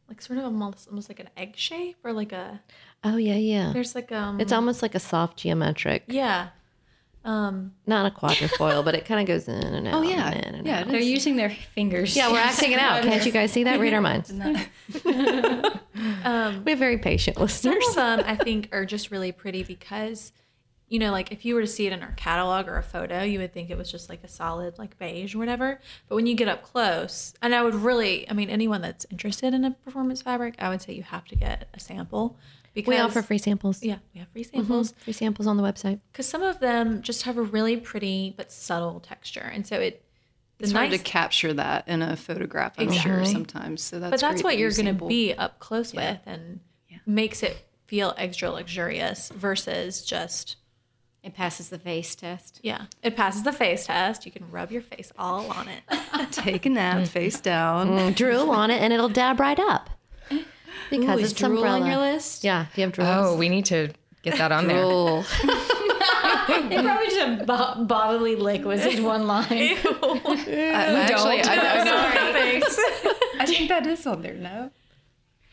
Speaker 1: like sort of almost, almost like an egg shape or like a.
Speaker 3: Oh yeah, yeah.
Speaker 1: There's like um.
Speaker 3: It's almost like a soft geometric,
Speaker 1: yeah. Um.
Speaker 3: not a quadrifoil, but it kind of goes in and out. Oh
Speaker 5: yeah.
Speaker 3: and in and
Speaker 5: Yeah,
Speaker 3: out.
Speaker 5: it
Speaker 2: They're using their fingers.
Speaker 3: yeah. We're acting it out. Can't you guys see that? Read our minds.
Speaker 1: Um.
Speaker 3: We're very patient
Speaker 1: Some
Speaker 3: listeners.
Speaker 1: of them I think are just really pretty because, you know, like if you were to see it in our catalog or a photo, you would think it was just like a solid like beige or whatever. But when you get up close, and I would really, I mean, anyone that's interested in a performance fabric, I would say you have to get a sample. Because
Speaker 3: We offer free Mm-hmm. samples.
Speaker 1: Yeah, we have free samples.
Speaker 3: Free samples on the website.
Speaker 1: because some of them just have a really pretty but subtle texture, and so it the
Speaker 5: it's
Speaker 1: nice.
Speaker 5: hard to capture that in a photograph, I'm sure, sometimes. So that's
Speaker 1: but that's
Speaker 5: great
Speaker 1: what
Speaker 5: that
Speaker 1: you're
Speaker 5: you
Speaker 1: going to
Speaker 5: sample.
Speaker 1: be up close with, and makes it feel extra luxurious versus just
Speaker 2: It passes the face test.
Speaker 1: yeah. It passes the face test. You can rub your face all on it.
Speaker 5: Take a nap, face down.
Speaker 3: Drool on it, and it'll dab right up. Because
Speaker 2: Is
Speaker 3: it's
Speaker 2: drool
Speaker 3: umbrella.
Speaker 2: on your list?
Speaker 3: Yeah. Do you have drool?
Speaker 4: Oh, we need to get that on there.
Speaker 3: Drool.
Speaker 2: They probably just have bo- bodily liquids in one line.
Speaker 5: I, actually, I, I,
Speaker 1: Thanks.
Speaker 4: I think that is on there. No.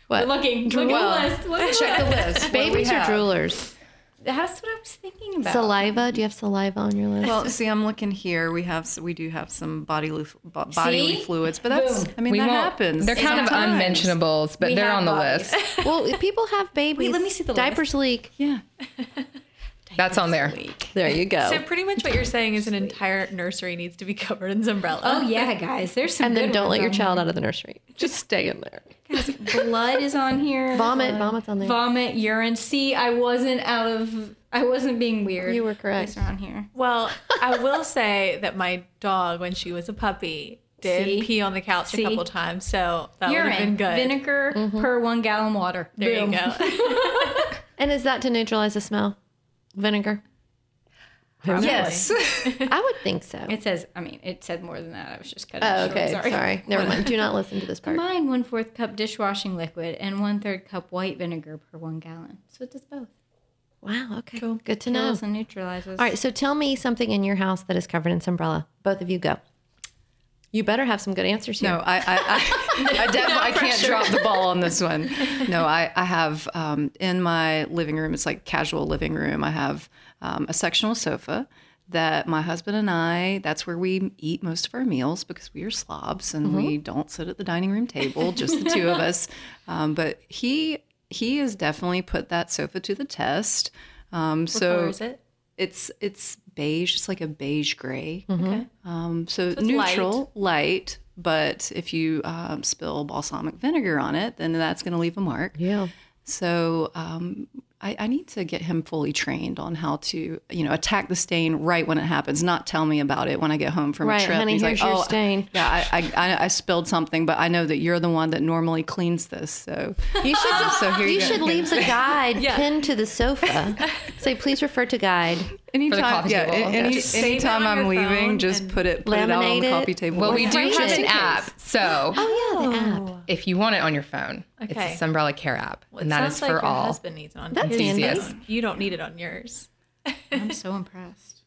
Speaker 3: What?
Speaker 2: Looking, look at the list. Look at
Speaker 5: check
Speaker 2: the
Speaker 5: the list.
Speaker 3: Babies are droolers.
Speaker 2: list. That's what I was thinking about.
Speaker 3: Saliva. Do you have saliva on your list?
Speaker 5: Well, see, I'm looking here. We have we do have some bodily bo- bodily
Speaker 2: See?
Speaker 5: fluids, but that's I mean
Speaker 4: we
Speaker 5: that
Speaker 4: won't-
Speaker 5: happens.
Speaker 4: They're kind of
Speaker 5: sometimes.
Speaker 4: unmentionables, but
Speaker 2: We
Speaker 4: they're
Speaker 2: have
Speaker 4: on the
Speaker 2: bodies.
Speaker 4: list.
Speaker 3: Well, if people have babies.
Speaker 2: let me see the list.
Speaker 3: diapers leak.
Speaker 5: Yeah,
Speaker 4: That's on there.
Speaker 3: There you go.
Speaker 1: So pretty much what you're saying is an entire nursery needs to be covered in
Speaker 2: Oh
Speaker 1: Zumbrella.
Speaker 2: yeah, guys. There's some.
Speaker 3: and then
Speaker 2: good
Speaker 3: don't
Speaker 2: ones
Speaker 3: let your
Speaker 2: on
Speaker 3: child out of the nursery. Just stay in there.
Speaker 2: here. Blood is on here.
Speaker 3: Vomit. Vomit's on there.
Speaker 2: Vomit, urine. See, I wasn't out of. I wasn't being weird.
Speaker 3: You were correct.
Speaker 2: These are on here.
Speaker 1: Well, I will say that my dog, when she was a puppy, did
Speaker 2: See?
Speaker 1: pee on the couch
Speaker 2: See?
Speaker 1: a couple times, so that would have been
Speaker 2: Urine,
Speaker 1: good.
Speaker 2: vinegar
Speaker 3: Mm-hmm.
Speaker 2: per one gallon water.
Speaker 1: there
Speaker 2: Boom.
Speaker 1: you go.
Speaker 3: And is that to neutralize the smell? Vinegar?
Speaker 5: yes.
Speaker 3: I would think so.
Speaker 2: It says. I mean, it said more than that. I was just cutting. it
Speaker 3: Oh,
Speaker 2: short,
Speaker 3: okay.
Speaker 2: Sorry.
Speaker 3: Sorry. Never mind. Do not listen to this part.
Speaker 2: Combine one fourth cup dishwashing liquid and one third cup white vinegar per one gallon. So it does both.
Speaker 3: Wow. Okay.
Speaker 1: Cool.
Speaker 3: Good to know.
Speaker 2: Kills and neutralizes.
Speaker 3: All right. So tell me something in your house that is covered in sombrella. Both of you go. You better have some good answers here.
Speaker 5: No, I, I, I, I definitely I can't drop the ball on this one. No, I, I have um, in my living room. It's like casual living room. I have um, a sectional sofa that my husband and I. That's where we eat most of our meals because we are slobs and we don't sit at the dining room table, just the two of us. Um, but he he has definitely put that sofa to the test. Um, so
Speaker 1: Or is it?
Speaker 5: it's it's beige. It's like a beige gray.
Speaker 1: Okay.
Speaker 5: Um, so,
Speaker 1: it's
Speaker 5: neutral, light. but if you um, spill balsamic vinegar on it, then that's going to leave a mark.
Speaker 3: Yeah.
Speaker 5: So um, I, I need to get him fully trained on how to, you know, attack the stain right when it happens. Not tell me about it when I get home from
Speaker 3: Right,
Speaker 5: a trip.
Speaker 3: honey,
Speaker 5: He's "Oh,
Speaker 3: here's your stain.
Speaker 5: Yeah, I, I, I, I spilled something, but I know that you're the one that normally cleans this. So
Speaker 3: You should just,
Speaker 5: so here
Speaker 3: you,
Speaker 5: you, go.
Speaker 3: should leave the guide pinned to the sofa. Say, please refer to guide.
Speaker 5: anytime.
Speaker 4: coffee
Speaker 5: Yeah,
Speaker 4: table.
Speaker 5: any- any,
Speaker 1: Just save it
Speaker 5: anytime
Speaker 1: on
Speaker 5: I'm
Speaker 1: your phone
Speaker 5: leaving, just
Speaker 1: and
Speaker 5: put it put it out on
Speaker 3: Laminate
Speaker 5: the
Speaker 3: it.
Speaker 5: coffee table.
Speaker 4: Well, we do
Speaker 3: Right.
Speaker 4: have
Speaker 3: Just in
Speaker 4: an
Speaker 3: case.
Speaker 4: app. So
Speaker 3: Oh yeah, the app.
Speaker 4: if you want it on your phone,
Speaker 1: Okay.
Speaker 4: it's the Sunbrella Care app.
Speaker 1: Well, it
Speaker 4: and that
Speaker 1: sounds
Speaker 4: is
Speaker 1: like
Speaker 4: for
Speaker 1: your
Speaker 4: all.
Speaker 1: husband needs it on
Speaker 3: That's
Speaker 1: his
Speaker 3: handy.
Speaker 1: phone. You don't need it on yours.
Speaker 2: I'm so impressed.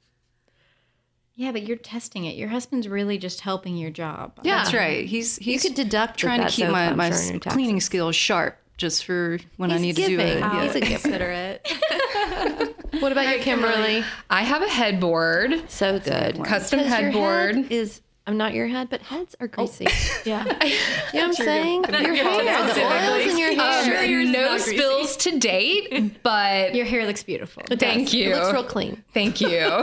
Speaker 2: Yeah, but you're testing it. Your husband's really just helping your job.
Speaker 3: Yeah.
Speaker 5: That's right. He's he's
Speaker 3: could deduct that
Speaker 5: trying to
Speaker 3: that's
Speaker 5: keep
Speaker 3: so
Speaker 5: my,
Speaker 3: fun
Speaker 5: my
Speaker 3: for your taxes.
Speaker 5: cleaning skills sharp just for when I
Speaker 3: He's
Speaker 5: need to do
Speaker 3: giving.
Speaker 5: it.
Speaker 3: Wow.
Speaker 5: Yeah.
Speaker 3: He's a giver.
Speaker 1: considerate.
Speaker 3: What about you, Kimberly?
Speaker 4: I have a headboard,
Speaker 3: So good.
Speaker 4: custom
Speaker 3: 'Cause your
Speaker 4: headboard.
Speaker 3: head is I'm not your head, but heads are greasy.
Speaker 1: yeah.
Speaker 3: You know what I'm saying? Your hair, the oils in your hair.
Speaker 4: Um, no spills to date, but
Speaker 2: Your hair looks beautiful.
Speaker 4: thank you.
Speaker 3: It looks real clean.
Speaker 4: Thank you.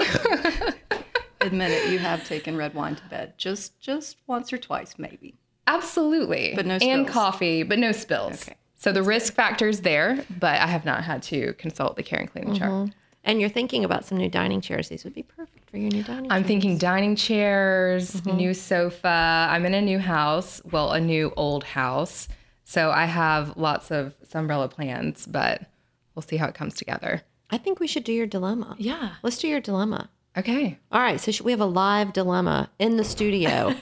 Speaker 5: Admit it, you have taken red wine to bed just just once or twice maybe.
Speaker 4: Absolutely.
Speaker 5: But no
Speaker 4: And
Speaker 5: spills.
Speaker 4: coffee, but no spills.
Speaker 5: Okay.
Speaker 4: So the risk factor's there, but I have not had to consult the care and cleaning chart.
Speaker 3: And you're thinking about some new dining chairs. These would be perfect for your new dining.
Speaker 4: I'm thinking dining chairs, new sofa. I'm in a new house, well, a new old house. So I have lots of umbrella plans, but we'll see how it comes together.
Speaker 3: I think we should do your dilemma.
Speaker 1: Yeah.
Speaker 3: Let's do your dilemma.
Speaker 4: Okay.
Speaker 3: All right. So should, we have a live dilemma in the studio.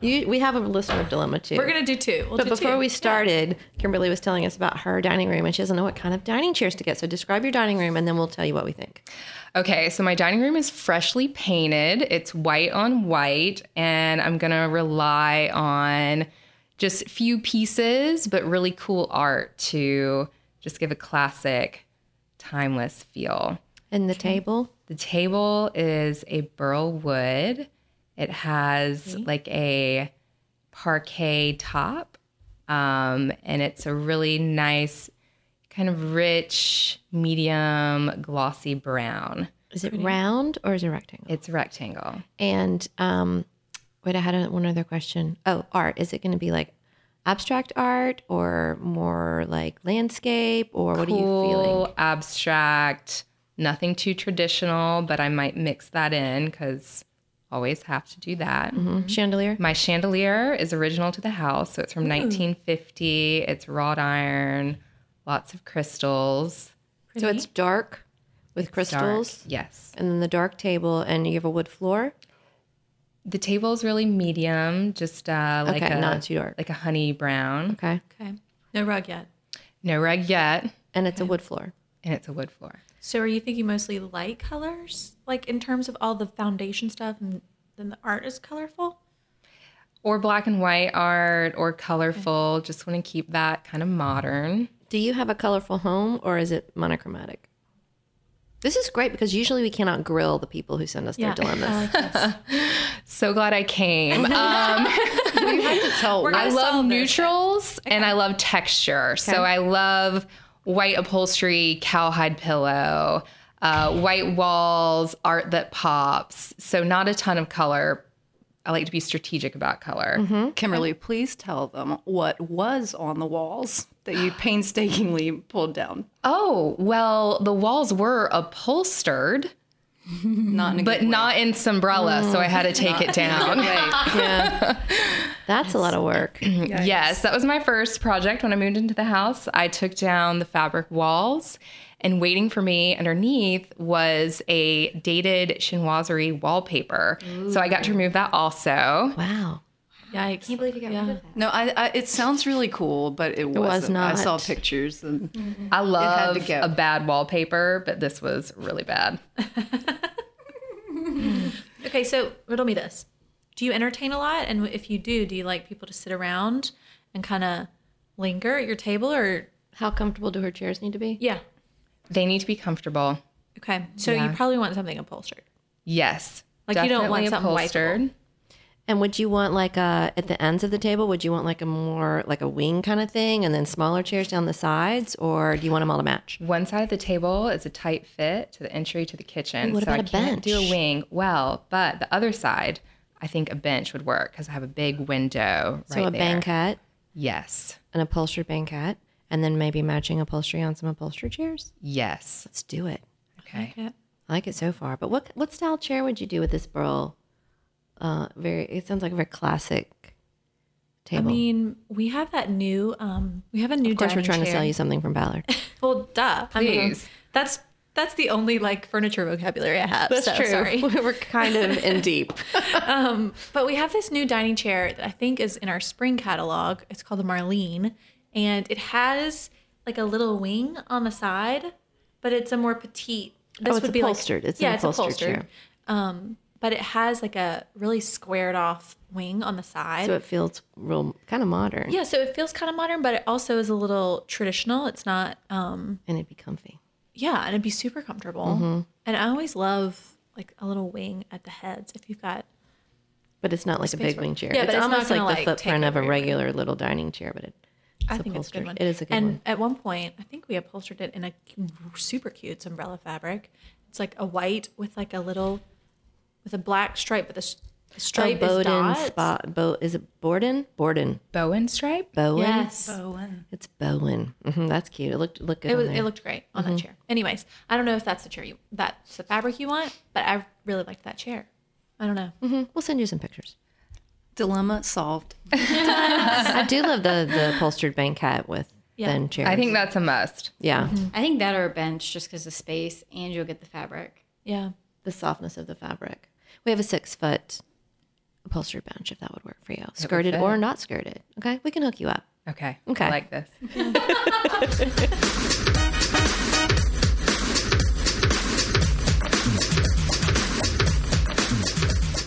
Speaker 3: you, we have a listener dilemma too.
Speaker 1: We're gonna do two. We'll
Speaker 3: but
Speaker 1: do
Speaker 3: before
Speaker 1: two.
Speaker 3: we started, Kimberly was telling us about her dining room and she doesn't know what kind of dining chairs to get. So describe your dining room and then we'll tell you what we think.
Speaker 4: Okay, so my dining room is freshly painted. It's white on white, and I'm gonna rely on just few pieces, but really cool art to just give a classic, timeless feel.
Speaker 3: And the table.
Speaker 4: The table is a burl wood. It has like a parquet top, um, and it's a really nice, kind of rich, medium, glossy brown.
Speaker 3: Is it round or is it rectangle?
Speaker 4: It's a rectangle.
Speaker 3: And um, wait, I had a, one other question. Oh, art. Is it going to be like abstract art or more like landscape or what are you feeling?
Speaker 4: Cool, abstract, nothing too traditional, but I might mix that in because always have to do that.
Speaker 3: Mhm. Chandelier.
Speaker 4: My chandelier is original to the house, so it's
Speaker 3: Hmm.
Speaker 4: from 1950. It's wrought iron, lots of crystals.
Speaker 3: So it's dark with
Speaker 4: Dark.
Speaker 3: crystals
Speaker 4: Yes.
Speaker 3: and then the dark table and you have a wood floor.
Speaker 4: The table is really medium, just uh, like
Speaker 3: okay,
Speaker 4: a
Speaker 3: not too dark.
Speaker 4: like a honey brown.
Speaker 3: Okay.
Speaker 1: Okay. No rug yet.
Speaker 4: No rug yet,
Speaker 3: And it's a wood floor.
Speaker 4: and it's a wood floor.
Speaker 1: So are you thinking mostly light colors? Like in terms of all the foundation stuff and then the art is colorful?
Speaker 4: Or black and white art, or colorful. Just want to keep that kind of modern.
Speaker 3: Do you have a colorful home or is it monochromatic? This is great because usually we cannot grill the people who send us
Speaker 1: Yeah.
Speaker 3: their dilemmas.
Speaker 1: I like this.
Speaker 4: So glad I came. Um,
Speaker 3: you have to tell.
Speaker 1: We're
Speaker 4: I
Speaker 1: gonna
Speaker 4: love
Speaker 1: solve this.
Speaker 4: neutrals and I love texture. So I love white upholstery, cowhide pillow, uh, white walls, art that pops. So not a ton of color. I like to be strategic about color.
Speaker 5: Kimberly, please tell them what was on the walls that you painstakingly pulled down.
Speaker 4: Oh, well, the walls were upholstered,
Speaker 5: Not in a
Speaker 4: but
Speaker 5: good way.
Speaker 4: not in sombrella. So I had to take it down.
Speaker 5: Right.
Speaker 3: That's a lot of work.
Speaker 4: Yes, that was my first project when I moved into the house. I took down the fabric walls, and waiting for me underneath was a dated chinoiserie wallpaper. So I got to remove that also.
Speaker 3: Wow.
Speaker 1: Yikes. Can't
Speaker 2: believe you got rid of that.
Speaker 5: No, I, I, it sounds really cool, but it, wasn't.
Speaker 3: was
Speaker 5: I saw
Speaker 3: not.
Speaker 5: pictures and
Speaker 1: Mm-hmm.
Speaker 4: I love
Speaker 5: to go.
Speaker 4: a bad wallpaper, but this was really bad.
Speaker 1: Okay, so riddle me this. Do you entertain a lot? And if you do, do you like people to sit around and kind of linger at your table or?
Speaker 3: How comfortable do her chairs need to be?
Speaker 1: Yeah.
Speaker 4: They need to be comfortable.
Speaker 1: Okay. So you probably want something upholstered.
Speaker 4: Yes.
Speaker 1: Like, you don't want
Speaker 4: Definitely
Speaker 1: something
Speaker 4: upholstered.
Speaker 3: And would you want like a at the ends of the table? Would you want like a more like a wing kind of thing, and then smaller chairs down the sides, or do you want them all to match?
Speaker 4: One side of the table is a tight fit to the entry to the kitchen.
Speaker 3: Ooh, what
Speaker 4: so I
Speaker 3: about a
Speaker 4: can't do a
Speaker 3: bench?
Speaker 4: wing well, but the other side, I think a bench would work because I have a big window right
Speaker 3: so a
Speaker 4: there.
Speaker 3: banquette,
Speaker 4: Yes.
Speaker 3: an upholstered banquette, and then maybe matching upholstery on some upholstered chairs.
Speaker 4: Yes.
Speaker 3: Let's do it.
Speaker 4: Okay.
Speaker 1: Yeah.
Speaker 3: I like it so far. But what what style chair would you do with this burl? Uh, very. It sounds like a very classic
Speaker 1: I
Speaker 3: table.
Speaker 1: mean, we have that new, um, we have a new
Speaker 3: of course, we're
Speaker 1: dining
Speaker 3: trying to
Speaker 1: chair.
Speaker 3: sell you something from Ballard.
Speaker 1: Well, duh. I mean,
Speaker 4: Please.
Speaker 1: that's that's the only like furniture vocabulary I have. so Sorry.
Speaker 3: we're kind of in deep.
Speaker 1: But we have this new dining chair that I think is in our spring catalog. It's called the Marlene, and it has like a little wing on the side, but it's a more petite. This
Speaker 3: Oh, it's upholstered.
Speaker 1: Like,
Speaker 3: It's an
Speaker 1: yeah, it's
Speaker 3: upholstered
Speaker 1: upholstered.
Speaker 3: chair.
Speaker 1: Um, but it has like a really squared off wing on the side.
Speaker 3: So it feels real, kind of modern.
Speaker 1: yeah, so it feels kind of modern, but it also is a little traditional. It's not um,
Speaker 3: and it'd be comfy.
Speaker 1: Yeah, and it'd be super comfortable.
Speaker 3: Mm-hmm.
Speaker 1: And I always love like a little wing at the heads if you've got
Speaker 3: But it's not like a big wing chair.
Speaker 1: Yeah,
Speaker 3: it's
Speaker 1: but it's not
Speaker 3: almost
Speaker 1: gonna,
Speaker 3: like the
Speaker 1: like, take
Speaker 3: footprint of a
Speaker 1: over your-
Speaker 3: regular little dining chair, but it, it's
Speaker 1: I think it's a
Speaker 3: upholstered.
Speaker 1: good one.
Speaker 3: It is a good
Speaker 1: and
Speaker 3: one.
Speaker 1: at one point, I think we upholstered it in a cu- super cute umbrella fabric. It's like a white with like a little with a black stripe, but the, s- the
Speaker 3: Oh,
Speaker 1: stripe is
Speaker 3: Bowden
Speaker 1: dots.
Speaker 3: spot. Bo, is it Borden? Borden.
Speaker 4: Bowen stripe?
Speaker 3: Bowen.
Speaker 1: Yes,
Speaker 4: Oh,
Speaker 3: It's Bowen. hmm that's cute. It looked looked good.
Speaker 1: it
Speaker 3: on
Speaker 1: was.
Speaker 3: there.
Speaker 1: It looked great on
Speaker 3: Mm-hmm.
Speaker 1: that chair. Anyways, I don't know if that's the chair you that's the fabric you want, but I really liked that chair. I don't know.
Speaker 3: Mhm. We'll send you some pictures.
Speaker 5: Dilemma solved.
Speaker 3: I do love the the upholstered banquette with
Speaker 1: Yeah.
Speaker 3: then chairs.
Speaker 4: I think that's a must.
Speaker 3: yeah,
Speaker 2: I think that or a bench just because of space and you'll get the fabric.
Speaker 1: Yeah.
Speaker 3: the softness of the fabric. We have a six foot upholstered bench if that would work for you, skirted
Speaker 4: fit.
Speaker 3: or not skirted. Okay, we can hook you up.
Speaker 4: Okay.
Speaker 3: Okay.
Speaker 4: I like this.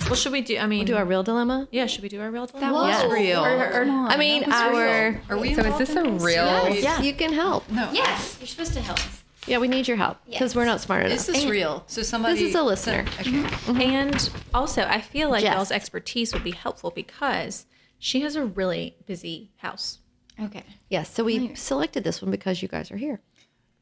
Speaker 1: Well, should we do? I mean,
Speaker 3: Do our real dilemma.
Speaker 1: yeah, should we do our real dilemma?
Speaker 2: Oh,
Speaker 5: was
Speaker 3: Yes.
Speaker 5: real.
Speaker 3: I mean, our
Speaker 5: Are we
Speaker 4: So is this a real?
Speaker 1: Yeah.
Speaker 3: you can help.
Speaker 2: Yes, you're supposed to help.
Speaker 3: Yeah, we need your help because we're not smart enough.
Speaker 5: Is this real? So somebody.
Speaker 3: This is a listener.
Speaker 5: Okay.
Speaker 4: Mm-hmm.
Speaker 1: And also, I feel like
Speaker 3: Mm-hmm. Yes.
Speaker 1: y'all's expertise would be helpful because she has a really busy house.
Speaker 2: Okay.
Speaker 3: Yes, so we selected this one because you guys are here.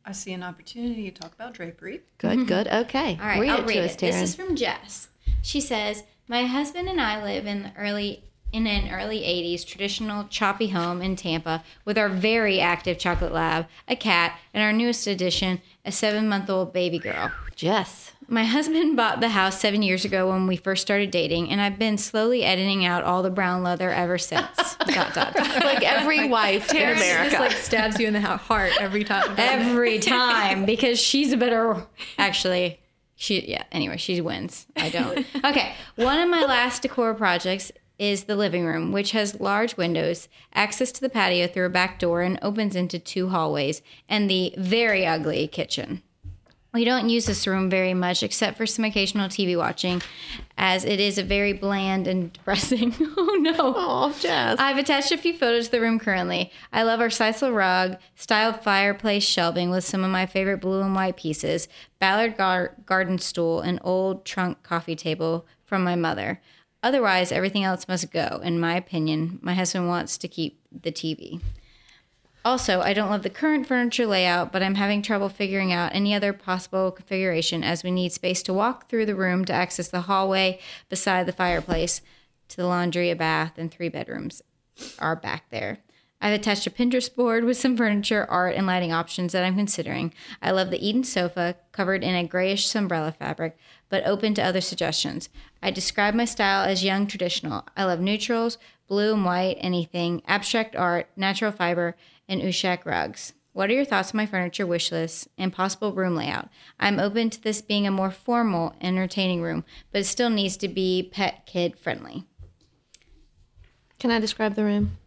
Speaker 5: I see an opportunity to talk about drapery.
Speaker 3: Good, good, okay.
Speaker 2: Mm-hmm. All right,
Speaker 3: read
Speaker 2: I'll
Speaker 3: it
Speaker 2: read
Speaker 3: to
Speaker 2: it.
Speaker 3: us,
Speaker 2: This is
Speaker 3: Taryn.
Speaker 2: from Jess. She says, "My husband and I live in the early in an early '80s traditional choppy home in Tampa with our very active chocolate lab, a cat, and our newest addition, a seven-month-old baby girl."
Speaker 3: Jess.
Speaker 2: My husband bought the house seven years ago when we first started dating, and I've been slowly editing out all the brown leather ever since. dot, dot, dot.
Speaker 3: Like every wife in
Speaker 1: This like stabs you in the heart every time.
Speaker 2: Every time because she's a better, actually. She, yeah, anyway, she wins. I don't. Okay. One of my last decor projects is the living room, which has large windows, access to the patio through a back door, and opens into two hallways, and the very ugly kitchen. We don't use this room very much except for some occasional TV watching, as it is a very bland and depressing. oh no.
Speaker 3: Oh, Jess.
Speaker 2: I've attached a few photos to the room currently. I love our sisal rug, styled fireplace shelving with some of my favorite blue and white pieces, Ballard gar- garden stool, an old trunk coffee table from my mother. Otherwise, everything else must go, in my opinion. My husband wants to keep the TV. Also, I don't love the current furniture layout, but I'm having trouble figuring out any other possible configuration as we need space to walk through the room to access the hallway beside the fireplace to the laundry, a bath, and three bedrooms are back there. I've attached a Pinterest board with some furniture, art, and lighting options that I'm considering. I love the Eden sofa covered in a grayish sombrella fabric, but open to other suggestions. I describe my style as young traditional. I love neutrals, blue and white, anything, abstract art, natural fiber, and Ushak rugs. What are your thoughts on my furniture wish list and possible room layout? I'm open to this being a more formal, entertaining room, but it still needs to be pet kid friendly.
Speaker 3: Can I describe the room?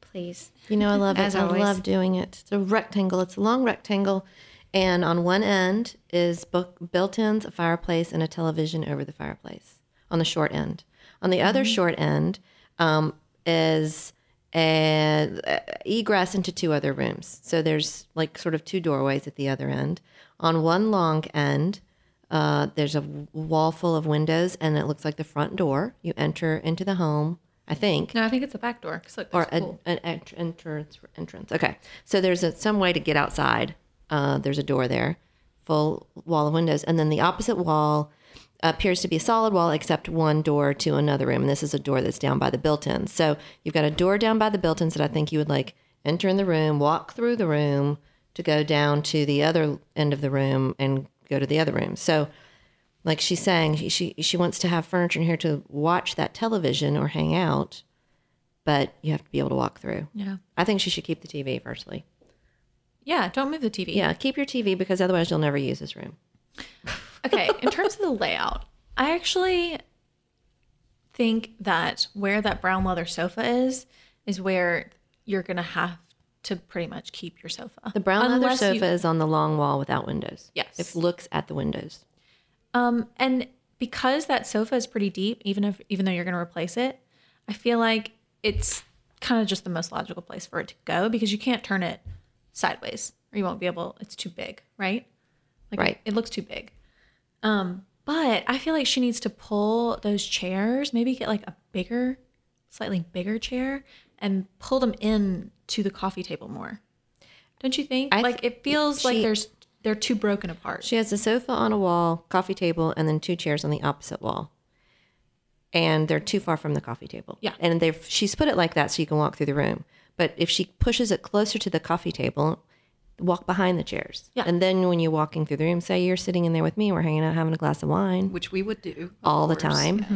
Speaker 2: Please.
Speaker 3: You know, I love it.
Speaker 2: As
Speaker 3: I
Speaker 2: always.
Speaker 3: love doing it. It's a rectangle. It's a long rectangle, and on one end is book built-ins, a fireplace, and a television over the fireplace. On the short end, On the
Speaker 2: Mm-hmm.
Speaker 3: other short end um, is an uh, egress into two other rooms. So there's like sort of two doorways at the other end. On one long end, uh, there's a w- wall full of windows, and it looks like the front door. You enter into the home, I think
Speaker 1: No, I think it's a back door. 'cause look,
Speaker 3: or
Speaker 1: there's a
Speaker 3: a, an ent- entrance entrance okay so there's a, some way to get outside uh, there's a door there full wall of windows and then the opposite wall appears to be a solid wall except one door to another room and this is a door that's down by the built-in so you've got a door down by the built-ins that i think you would like enter in the room walk through the room to go down to the other end of the room and go to the other room so like she's saying she, she she wants to have furniture in here to watch that television or hang out but you have to be able to walk through.
Speaker 1: Yeah.
Speaker 3: I think she should keep the TV firstly.
Speaker 1: Yeah, don't move the TV.
Speaker 3: Yeah, keep your TV because otherwise you'll never use this room.
Speaker 1: Okay, in terms of the layout, I actually think that where that brown leather sofa is is where you're going to have to pretty much keep your sofa.
Speaker 3: The brown leather
Speaker 1: Unless you-
Speaker 3: sofa is on the long wall without windows.
Speaker 1: Yes.
Speaker 3: It looks at the windows.
Speaker 1: Um, and because that sofa is pretty deep, even if even though you're going to replace it, I feel like it's kind of just the most logical place for it to go because you can't turn it sideways or you won't be able. It's too big, right? Like
Speaker 3: Right.
Speaker 1: It looks too big. Um, but I feel like she needs to pull those chairs, maybe get like a bigger, slightly bigger chair, and pull them in to the coffee table more. Don't you think?
Speaker 3: I th-
Speaker 1: like it feels like
Speaker 3: she-
Speaker 1: there's they're too broken apart.
Speaker 3: She has a sofa on a wall, coffee table, and then two chairs on the opposite wall. And they're too far from the coffee table.
Speaker 1: Yeah.
Speaker 3: And they've she's put it like that so you can walk through the room. But if she pushes it closer to the coffee table, walk behind the chairs.
Speaker 1: Yeah.
Speaker 3: And then when you're walking through the room, say you're sitting in there with me, we're hanging out having a glass of wine.
Speaker 5: which we would do of
Speaker 3: all the
Speaker 5: course.
Speaker 3: time.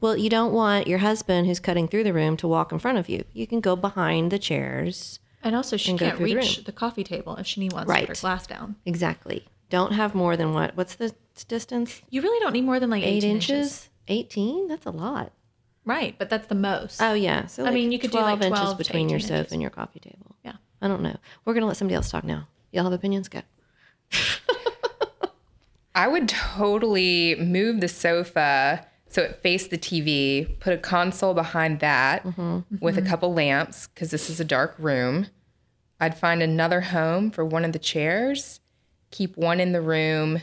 Speaker 3: Well, you don't want your husband who's cutting through the room to walk in front of you. You can go behind the chairs.
Speaker 1: And also, she
Speaker 3: and go
Speaker 1: can't
Speaker 3: through the
Speaker 1: reach the,
Speaker 3: room.
Speaker 1: coffee table if she needs wants to put
Speaker 3: Right.
Speaker 1: her glass down.
Speaker 3: Exactly. Don't have more than what? What's the distance?
Speaker 1: You really don't need more than like
Speaker 3: Eight
Speaker 1: 18
Speaker 3: inches? 18? That's a lot.
Speaker 1: right? But that's the most.
Speaker 3: Oh, yeah. So
Speaker 1: I
Speaker 3: like
Speaker 1: mean, you could do, like, 12 to
Speaker 3: between your
Speaker 1: 18
Speaker 3: sofa
Speaker 1: inches.
Speaker 3: and your coffee table.
Speaker 1: Yeah.
Speaker 3: I don't know. We're going to let somebody else talk now. Y'all have opinions? Go.
Speaker 4: I would totally move the sofa so it faced the TV, put a console behind that with a couple lamps because this is a dark room. I'd find another home for one of the chairs, keep one in the room,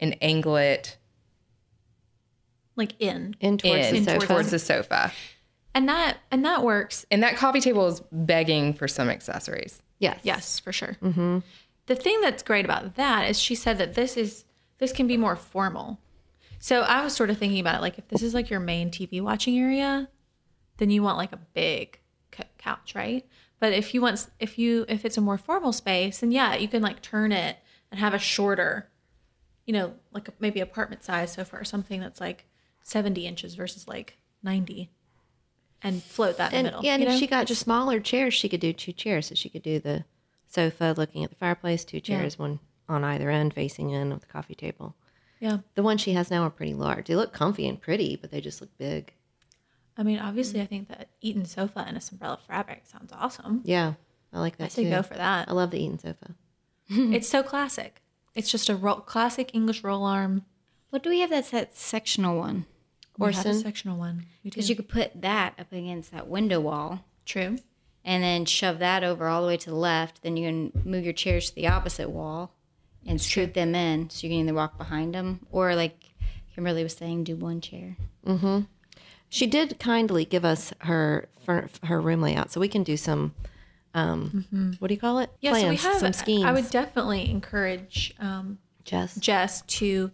Speaker 4: and angle it
Speaker 1: like in,
Speaker 3: In towards
Speaker 4: in
Speaker 3: the sofa.
Speaker 4: towards the sofa.
Speaker 1: and that and that works.
Speaker 4: And that coffee table is begging for some accessories.
Speaker 3: yes.
Speaker 1: Yes, for sure.
Speaker 3: Mm-hmm.
Speaker 1: The thing that's great about that is she said that this is this can be more formal. So I was sort of thinking about it like if this is like your main TV watching area, then you want like a big c- couch, right? But if you want s- if you if it's a more formal space, then yeah, you can like turn it and have a shorter, you know, like a, maybe apartment size sofa or something that's like 70 inches versus like 90 and float that in
Speaker 3: And,
Speaker 1: the middle.
Speaker 3: yeah, and
Speaker 1: you
Speaker 3: if
Speaker 1: know?
Speaker 3: she got just smaller chairs, she could do two chairs. So she could do the sofa looking at the fireplace, two chairs, one on either end facing in with the coffee table.
Speaker 1: yeah.
Speaker 3: The ones she has now are pretty large. They look comfy and pretty, but they just look big.
Speaker 1: I mean,
Speaker 3: Mm.
Speaker 1: obviously, I think that Eaton sofa and a sombrella fabric sounds awesome.
Speaker 3: Yeah, I like that
Speaker 1: I say
Speaker 3: too. Oh. Mm.
Speaker 1: go for that.
Speaker 3: I love the Eaton sofa.
Speaker 1: It's so classic. It's just a roll, classic English roll arm
Speaker 2: What do we have that's that sectional one?
Speaker 1: or have a
Speaker 3: Orson?
Speaker 1: sectional one. We do.
Speaker 2: Because you could put that up against that window wall
Speaker 1: True.
Speaker 2: and then shove that over all the way to the left. Then you can move your chairs to the opposite wall and scoot them in so you can either walk behind them or, like Kimberly was saying, do one chair.
Speaker 3: She did kindly give us her fur- her room layout, so we can do some. Um, What do you call it?
Speaker 1: Mm-hmm. Yeah,
Speaker 3: Plans,
Speaker 1: so we have.
Speaker 3: some schemes.
Speaker 1: I would definitely encourage um,
Speaker 3: Jess.
Speaker 1: Jess to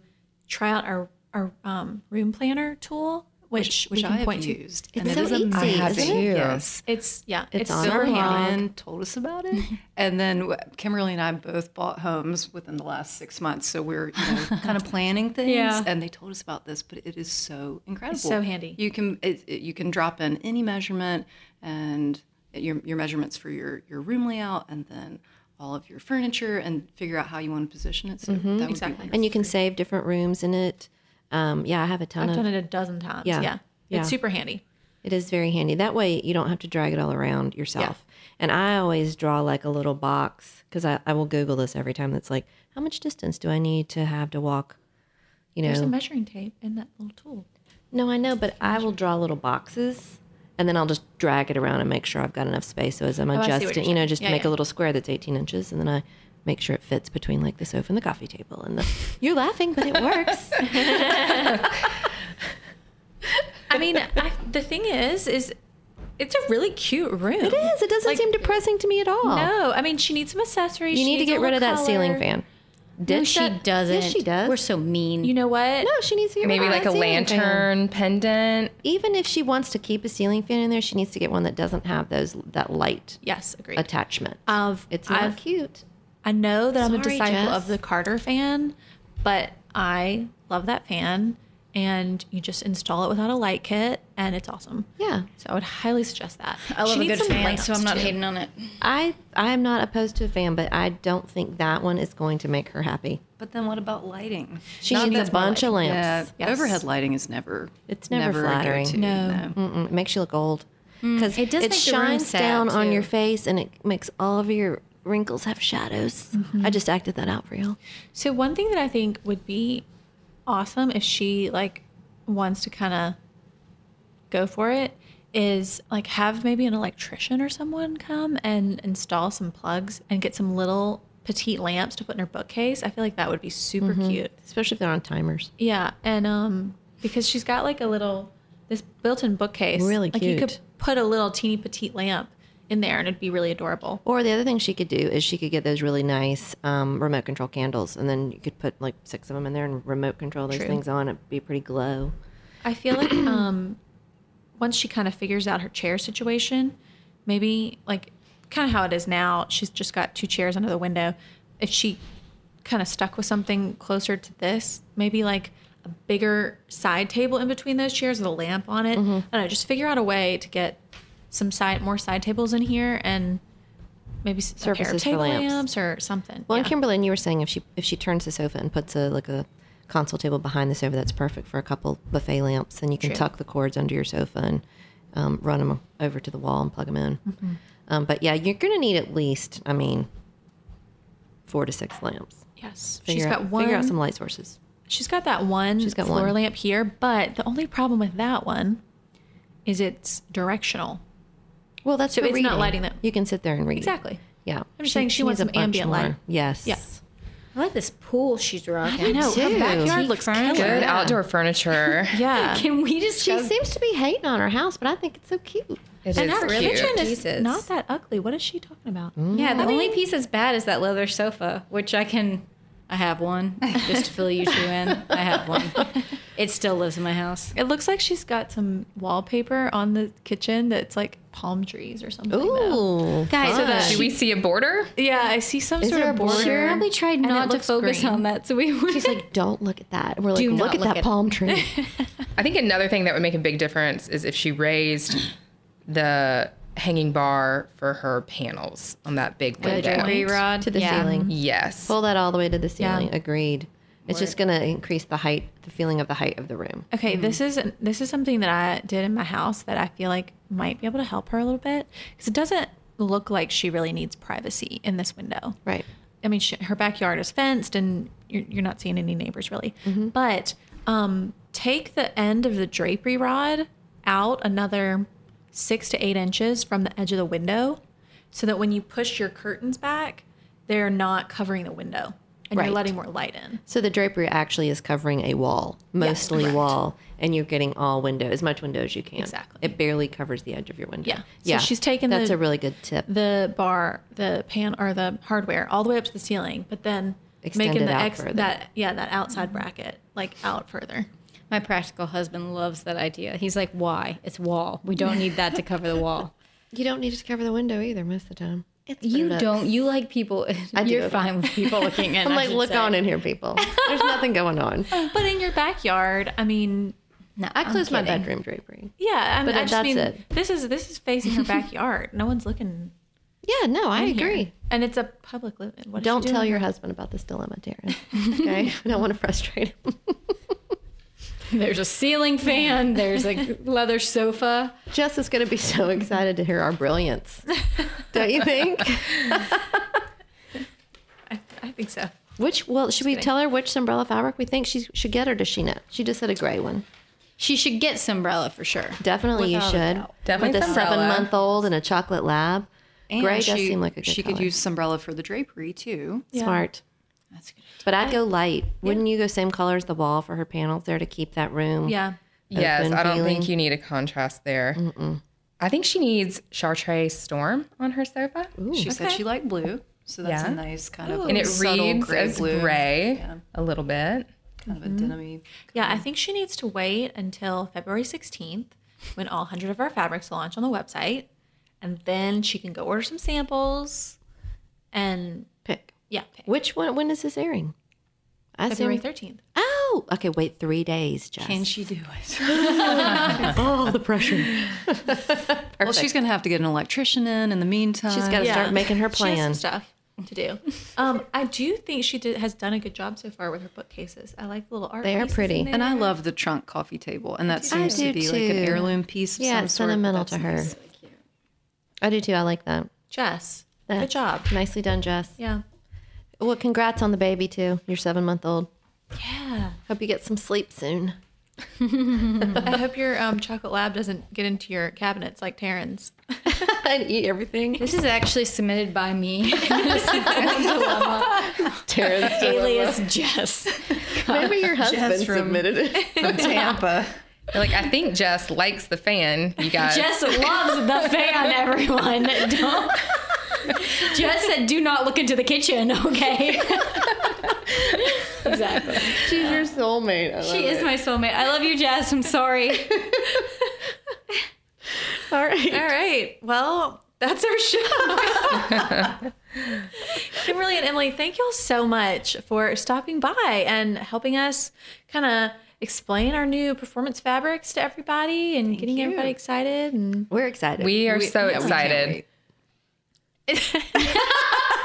Speaker 1: try out our our um, room planner tool, which
Speaker 5: which
Speaker 1: we can
Speaker 5: I have
Speaker 1: point to.
Speaker 5: used.
Speaker 3: It's so
Speaker 5: amazing.
Speaker 3: easy,
Speaker 4: I have
Speaker 3: isn't
Speaker 4: it.
Speaker 3: it?
Speaker 4: Yes.
Speaker 1: It's yeah,
Speaker 3: It's
Speaker 1: it's,
Speaker 3: on
Speaker 1: super
Speaker 3: our blog.
Speaker 1: handy.
Speaker 5: Brian told us about it, and then w- Kimberly and I both bought homes within the last six months, so we're you know, kind of planning things.
Speaker 1: Yeah.
Speaker 5: And they told us about this, but it is so incredible,
Speaker 1: so handy.
Speaker 5: You can it, it- you can drop in any measurement and your your measurements for your your room layout, and then all of your furniture, and figure out how you want to position it. So that would
Speaker 1: Exactly.
Speaker 5: be wonderful.
Speaker 3: Mm-hmm. And you can save different rooms in it. Um, yeah, I have a ton
Speaker 1: I've
Speaker 3: of.
Speaker 1: done it a dozen times.
Speaker 3: Yeah.
Speaker 1: Yeah,
Speaker 3: Yeah.
Speaker 1: it's super handy.
Speaker 3: It is very handy. That way you don't have to drag it all around yourself. And I always draw like a little box because I, I will Google this every time. That's like, how much distance do I need to have to walk? You know,
Speaker 1: There's a measuring tape in that little tool.
Speaker 3: No, I know, but I will draw little boxes and then I'll just drag it around and make sure I've got enough space. So as I'm
Speaker 1: Oh, what you're
Speaker 3: adjusting, you know,
Speaker 1: saying.
Speaker 3: just
Speaker 1: Yeah,
Speaker 3: make
Speaker 1: yeah.
Speaker 3: a little square that's 18 inches and then I make sure it fits between like the sofa and the coffee table and the, you're laughing, but it works.
Speaker 1: I mean, I, the thing is, is it's a really cute room.
Speaker 3: it is. It doesn't
Speaker 1: Like,
Speaker 3: seem depressing to me at all.
Speaker 1: No, I mean, she needs some accessories.
Speaker 3: You
Speaker 1: she
Speaker 3: need to
Speaker 1: needs a
Speaker 3: get rid
Speaker 1: little
Speaker 3: of that ceiling
Speaker 1: color.
Speaker 3: fan.
Speaker 2: No,
Speaker 3: Ditch
Speaker 2: she
Speaker 3: that-
Speaker 2: doesn't.
Speaker 3: Yes, she does.
Speaker 2: We're so mean.
Speaker 1: You know what?
Speaker 3: no, she needs to get rid
Speaker 4: Maybe
Speaker 3: of
Speaker 4: like
Speaker 3: that
Speaker 4: a
Speaker 3: ceiling fan.
Speaker 4: lantern pendant.
Speaker 3: Even if she wants to keep a ceiling fan in there, she needs to get one that doesn't have those that light
Speaker 1: Yes, agreed.
Speaker 3: attachment.
Speaker 1: I've,
Speaker 3: it's not
Speaker 1: Um, I've,
Speaker 3: cute.
Speaker 1: I know that I'm a
Speaker 3: Sorry,
Speaker 1: disciple
Speaker 3: Jess.
Speaker 1: of the Carter fan, but I love that fan, and you just install it without a light kit, and it's awesome.
Speaker 3: Yeah.
Speaker 1: So I would highly suggest that.
Speaker 2: I
Speaker 1: She
Speaker 2: love a
Speaker 1: needs some
Speaker 2: good fan, so
Speaker 1: lamps,
Speaker 2: I'm not
Speaker 1: too.
Speaker 2: hating on it.
Speaker 3: I I am not opposed to a fan, but I don't think that one is going to make her happy.
Speaker 5: But then what about lighting?
Speaker 3: She needs a bunch of
Speaker 5: Yeah,
Speaker 3: lamps.
Speaker 1: Yes.
Speaker 5: overhead lighting is never.
Speaker 3: It's never
Speaker 5: a
Speaker 3: flattering.
Speaker 5: go-to,
Speaker 1: No.
Speaker 3: Mm-mm, it makes you look old because
Speaker 2: Mm. it does
Speaker 3: it
Speaker 2: make the room
Speaker 3: shines
Speaker 2: sad,
Speaker 3: down on
Speaker 2: too.
Speaker 3: your face and it makes all of your wrinkles have shadows.
Speaker 2: Mm-hmm.
Speaker 3: I just acted that out for y'all.
Speaker 1: So one thing that I think would be awesome if she like wants to kind of go for it is like have maybe an electrician or someone come and install some plugs and get some little petite lamps to put in her bookcase. I feel like that would be super
Speaker 3: Mm-hmm.
Speaker 1: cute.
Speaker 3: especially if they're on timers.
Speaker 1: Yeah, and um because she's got like a little this built-in bookcase.
Speaker 3: Really
Speaker 1: like you could
Speaker 3: cute.
Speaker 1: put a little teeny petite lamp in there and it'd be really adorable.
Speaker 3: Or the other thing she could do is she could get those really nice um, remote control candles, and then you could put like six of them in there and remote control those
Speaker 1: True.
Speaker 3: things on. It'd be pretty glow.
Speaker 1: I feel like um, once she kind of figures out her chair situation, maybe like kind of how it is now, she's just got two chairs under the window. If she kind of stuck with something closer to this, maybe like a bigger side table in between those chairs with a lamp on it.
Speaker 3: Mm-hmm.
Speaker 1: I don't know, just figure out a way to get some side more side tables in here and maybe s- a pair of
Speaker 3: Surfaces for
Speaker 1: table
Speaker 3: lamps.
Speaker 1: lamps. or something.
Speaker 3: Well, in
Speaker 1: Yeah.
Speaker 3: Kimberly, and you were saying if she if she turns the sofa and puts a like a console table behind the sofa, that's perfect for a couple buffet lamps, and you can
Speaker 1: True.
Speaker 3: tuck the cords under your sofa and um, run them over to the wall and plug them in.
Speaker 1: Mm-hmm.
Speaker 3: Um, but yeah, you're gonna need at least, I mean, four to six lamps.
Speaker 1: yes, she's
Speaker 3: Figure
Speaker 1: got
Speaker 3: out-
Speaker 1: one.
Speaker 3: Figure out some light sources.
Speaker 1: She's got that one
Speaker 3: She's got
Speaker 1: floor
Speaker 3: one.
Speaker 1: lamp here, but the only problem with that one is it's directional.
Speaker 3: Well, that's
Speaker 1: So
Speaker 3: for
Speaker 1: it's not
Speaker 3: reading.
Speaker 1: lighting that-
Speaker 3: You can sit there and read.
Speaker 1: Exactly.
Speaker 3: Yeah.
Speaker 1: I'm just saying she wants
Speaker 3: needs a
Speaker 1: some ambient
Speaker 3: bunch more.
Speaker 1: light.
Speaker 3: Yes.
Speaker 1: Yeah.
Speaker 2: I like this pool she's rocking.
Speaker 3: do
Speaker 1: No, her
Speaker 3: too.
Speaker 1: backyard
Speaker 2: Antique
Speaker 1: looks
Speaker 2: furniture.
Speaker 1: killer.
Speaker 4: Good
Speaker 3: Yeah.
Speaker 4: outdoor furniture.
Speaker 1: Yeah.
Speaker 2: Can we just
Speaker 3: She
Speaker 2: go-
Speaker 3: seems to be hating on her house, but I think it's so cute. Mm.
Speaker 4: It
Speaker 1: and
Speaker 4: is
Speaker 1: her
Speaker 4: cute.
Speaker 1: kitchen is
Speaker 2: Jesus.
Speaker 1: not that ugly. What is she talking about?
Speaker 2: Yeah, the only piece that's bad is that leather sofa, which I can. I have one. Just to fill you two in, I have one. It still lives in my house.
Speaker 1: It looks like she's got some wallpaper on the kitchen that's like palm trees or something. though.
Speaker 3: Ooh,
Speaker 2: Guys, so that
Speaker 3: fun.
Speaker 4: Do we see a border?
Speaker 1: Yeah, I see some
Speaker 3: Is
Speaker 1: sort
Speaker 3: there
Speaker 1: of
Speaker 3: a border?
Speaker 1: border.
Speaker 3: Sure.
Speaker 2: Probably tried
Speaker 1: it
Speaker 2: not to
Speaker 1: looks
Speaker 2: focus
Speaker 1: green.
Speaker 2: on that, so we would.
Speaker 3: She's like, don't look at that. We're like,
Speaker 2: Do not
Speaker 3: look at
Speaker 2: look
Speaker 3: that
Speaker 2: at-
Speaker 3: palm tree.
Speaker 4: I think another thing that would make a big difference is if she raised the hanging bar for her panels on that big window.
Speaker 2: rod
Speaker 3: to the
Speaker 4: Mm-hmm.
Speaker 3: ceiling.
Speaker 4: Yes.
Speaker 3: Pull that all the way to the ceiling.
Speaker 1: Yeah.
Speaker 3: Agreed. It's just gonna increase the height, the feeling of the height of the room.
Speaker 1: Okay, this is this is something that I did in my house that I feel like might be able to help her a little bit because it doesn't look like she really needs privacy in this window.
Speaker 3: Right.
Speaker 1: I mean, she, her backyard is fenced, and you're, you're not seeing any neighbors really.
Speaker 3: Mm-hmm.
Speaker 1: But um, take the end of the drapery rod out another six to eight inches from the edge of the window, so that when you push your curtains back, they're not covering the window, and
Speaker 3: Right.
Speaker 1: you're letting more light in.
Speaker 3: So the drapery actually is covering a wall, mostly
Speaker 1: correct.
Speaker 3: wall, and you're getting all window, as much window as you can.
Speaker 1: Exactly.
Speaker 3: It barely covers the edge of your window.
Speaker 1: Yeah. So she's taken
Speaker 3: That's
Speaker 1: the-
Speaker 3: a really good tip.
Speaker 1: The bar, the pan, or the hardware all the way up to the ceiling, but then
Speaker 3: Extend
Speaker 1: making
Speaker 3: it
Speaker 1: the
Speaker 3: out
Speaker 1: ex
Speaker 3: further.
Speaker 1: that yeah that outside bracket like out further.
Speaker 2: My practical husband loves that idea. He's like, "Why? It's wall. We don't need that to cover the wall.
Speaker 3: You don't need to cover the window either most of the time. It's
Speaker 2: you don't. You like people. you're
Speaker 3: do.
Speaker 2: fine with people looking in.
Speaker 3: I'm
Speaker 2: I
Speaker 3: like,
Speaker 2: should
Speaker 3: look
Speaker 2: say.
Speaker 3: on in here, people. There's nothing going on.
Speaker 1: But in your backyard, I mean,
Speaker 2: No,
Speaker 3: I close my
Speaker 2: kidding.
Speaker 3: bedroom drapery.
Speaker 1: Yeah, I, mean,
Speaker 3: But
Speaker 1: I just
Speaker 3: that's
Speaker 1: mean
Speaker 3: it.
Speaker 1: this is this is facing her backyard. no one's looking.
Speaker 3: Yeah, no, I
Speaker 1: in here.
Speaker 3: agree.
Speaker 1: And it's a public living. What is she
Speaker 3: Don't tell
Speaker 1: doing?
Speaker 3: your husband about this dilemma, Darren. Okay, I don't want to frustrate him.
Speaker 2: There's a ceiling fan. There's a leather sofa.
Speaker 3: Jess is going to be so excited to hear our brilliance, don't you think?
Speaker 1: I, I think so.
Speaker 3: Which well, should we tell her which umbrella fabric we think she should get, or does she know? She just said a gray one.
Speaker 2: She should get Sombrella for sure.
Speaker 3: Definitely, you
Speaker 2: Without a
Speaker 3: should.
Speaker 2: doubt.
Speaker 4: Definitely
Speaker 3: with a
Speaker 4: Sombrella.
Speaker 3: seven-month-old and a chocolate lab.
Speaker 5: And
Speaker 3: Gray
Speaker 5: she,
Speaker 3: does seem like a good
Speaker 5: She could
Speaker 3: color.
Speaker 5: use Sombrella for the drapery too.
Speaker 3: smart.
Speaker 5: That's good.
Speaker 3: But I'd go light. Wouldn't you go same color as the wall for her panels there to keep that room?
Speaker 1: Yeah.
Speaker 4: Yes,
Speaker 3: open
Speaker 4: I don't think
Speaker 3: feeling.
Speaker 4: you need a contrast there. I think she needs Chartreuse Storm on her sofa,
Speaker 5: She said she liked blue, so that's
Speaker 4: Yeah.
Speaker 5: a nice kind of
Speaker 4: and it
Speaker 5: subtle
Speaker 4: reads
Speaker 5: gray
Speaker 4: as
Speaker 5: blue,
Speaker 4: gray Mm-hmm. a little bit.
Speaker 5: kind of a denim-y.
Speaker 1: Yeah, I think she needs to wait until February 16th when all 100 of our fabrics will launch on the website. And then she can go order some samples and,
Speaker 3: Pick.
Speaker 1: yeah, pick.
Speaker 3: Which one? When is this airing? I
Speaker 1: February
Speaker 3: assume.
Speaker 1: 13th.
Speaker 3: Oh, okay. Wait three days, Jess.
Speaker 5: Can she do it?
Speaker 3: Oh, the pressure.
Speaker 5: Well, she's going to have to get an electrician in in the meantime.
Speaker 3: She's got to
Speaker 1: Yeah.
Speaker 3: start making her
Speaker 1: She
Speaker 3: plan.
Speaker 1: has some stuff to do. Um, I do think she did, has done a good job so far with her bookcases. I like the little art.
Speaker 3: They are
Speaker 1: pieces in
Speaker 3: pretty.
Speaker 1: there.
Speaker 5: and I love the trunk coffee table, and that seems
Speaker 3: I
Speaker 5: to
Speaker 3: do
Speaker 5: be like an
Speaker 3: too.
Speaker 5: heirloom piece. Of
Speaker 3: Yeah,
Speaker 5: some
Speaker 3: it's
Speaker 5: sort.
Speaker 3: sentimental to
Speaker 5: That's
Speaker 3: her.
Speaker 5: nice.
Speaker 3: I do too. I like that.
Speaker 1: Jess,
Speaker 3: Yeah.
Speaker 1: good job.
Speaker 3: Nicely done, Jess.
Speaker 1: Yeah.
Speaker 3: Well, congrats on the baby too. Your seven-month-old.
Speaker 1: Yeah.
Speaker 3: Hope you get some sleep soon.
Speaker 1: I hope your um, chocolate lab doesn't get into your cabinets like Taryn's.
Speaker 3: and eat everything.
Speaker 2: This is actually submitted by me. Alias Jess.
Speaker 3: Maybe your husband
Speaker 5: from-
Speaker 3: submitted it.
Speaker 5: From Tampa.
Speaker 4: Like I think Jess likes the fan. You guys,
Speaker 2: Jess loves the fan, everyone. Don't. Jess said, do not look into the kitchen, okay? exactly.
Speaker 3: She's your soulmate. I
Speaker 2: She is my soulmate. I love you, Jess. I'm sorry.
Speaker 3: All right.
Speaker 1: All right. Well, that's our show. Kimberly and Emily, thank y'all so much for stopping by and helping us kind of explain our new performance fabrics to everybody and getting everybody excited. And
Speaker 3: We're excited.
Speaker 4: we are so excited.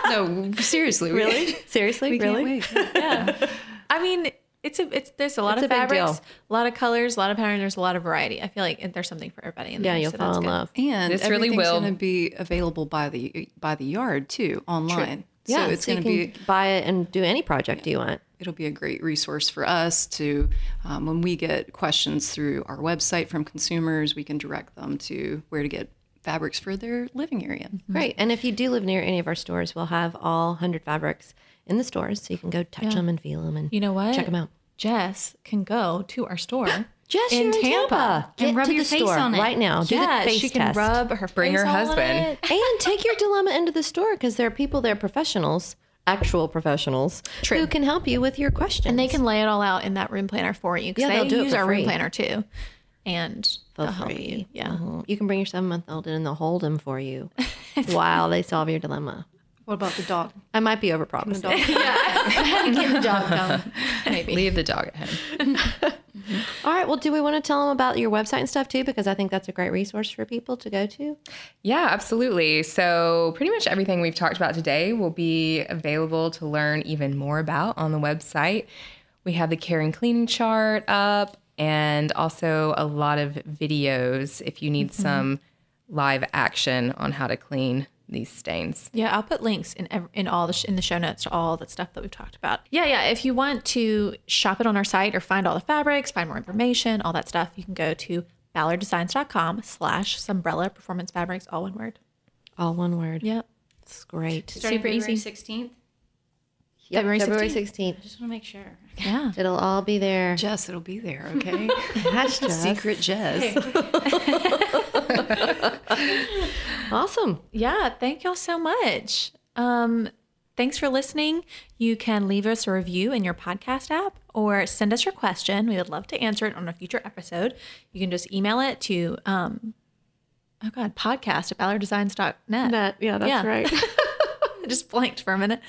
Speaker 5: No, seriously, really,
Speaker 3: Seriously?
Speaker 5: we
Speaker 3: really?
Speaker 5: Can't wait.
Speaker 1: I mean, it's a it's there's a lot
Speaker 3: It's
Speaker 1: of
Speaker 3: a big
Speaker 1: fabrics,
Speaker 3: deal.
Speaker 1: a lot of colors, a lot of patterns. There's a lot of variety. I feel like there's something for everybody. In
Speaker 3: Yeah,
Speaker 1: there,
Speaker 3: you'll
Speaker 1: so that's
Speaker 3: fall in
Speaker 1: good.
Speaker 3: love.
Speaker 5: And
Speaker 4: This really
Speaker 5: everything's
Speaker 4: will.
Speaker 5: going to be available by the by the yard too online.
Speaker 3: Yeah,
Speaker 5: so it's
Speaker 3: you
Speaker 5: going to
Speaker 3: can
Speaker 5: be
Speaker 3: buy it and do any project you want.
Speaker 5: it'll be a great resource for us to um, when we get questions through our website from consumers, we can direct them to where to get fabrics for their living area.
Speaker 3: Great. And if you do live near any of our stores, we'll have all 100 fabrics in the stores so you can go touch them and feel them and
Speaker 1: You know what?
Speaker 3: check them out.
Speaker 1: Jess can go to our store.
Speaker 3: Jess,
Speaker 1: In
Speaker 3: you're
Speaker 1: Tampa.
Speaker 3: Get
Speaker 2: And rub
Speaker 3: to
Speaker 2: your
Speaker 3: the
Speaker 2: face
Speaker 3: store
Speaker 2: on it.
Speaker 3: right now. Do
Speaker 1: yeah,
Speaker 3: the face
Speaker 1: she can
Speaker 3: test.
Speaker 1: rub her
Speaker 4: Bring her
Speaker 1: face on
Speaker 4: husband.
Speaker 1: it.
Speaker 3: and take your dilemma into the store because there are people there, professionals, actual professionals, who can help you with your questions.
Speaker 1: And they can lay it all out in that room planner for you because
Speaker 3: Yeah,
Speaker 1: they
Speaker 3: they'll do it
Speaker 1: use
Speaker 3: for
Speaker 1: our
Speaker 3: free.
Speaker 1: room planner too, and
Speaker 3: For
Speaker 1: they'll help
Speaker 3: free.
Speaker 1: you. Yeah,
Speaker 3: Mhm. You can bring your seven month old in and they'll hold him for you while they solve your dilemma.
Speaker 5: What about the dog?
Speaker 3: I might be overpromising.
Speaker 1: Get the dog done. Maybe.
Speaker 4: Leave the dog at home.
Speaker 3: All right. Well, do we want to tell them about your website and stuff too? Because I think that's a great resource for people to go to.
Speaker 4: Yeah, absolutely. So, pretty much everything we've talked about today will be available to learn even more about on the website. We have the care and cleaning chart up and also a lot of videos if you need some live action on how to clean these stains.
Speaker 1: Yeah, I'll put links in ev- in all the sh- in the show notes to all the stuff that we've talked about. Yeah, yeah. If you want to shop it on our site or find all the fabrics, find more information, all that stuff, you can go to ballarddesigns.com slash sombrella performance fabrics, all one word.
Speaker 3: All one word.
Speaker 1: Yep.
Speaker 3: It's great.
Speaker 1: Super easy.
Speaker 2: 16th.
Speaker 1: February
Speaker 3: February
Speaker 1: 16th.
Speaker 3: 16th.
Speaker 2: Just want to make sure.
Speaker 1: Yeah.
Speaker 3: It'll all be there.
Speaker 5: Jess, it'll be there, okay?
Speaker 3: Hashtag.
Speaker 5: Secret Jess.
Speaker 3: Awesome.
Speaker 1: Yeah, thank y'all so much. Um, thanks for listening. You can leave us a review in your podcast app or send us your question. We would love to answer it on a future episode. You can just email it to, um, oh God, podcast at ballarddesigns.net.
Speaker 3: Uh, yeah, that's
Speaker 1: Yeah.
Speaker 3: right.
Speaker 1: I just blanked for a minute.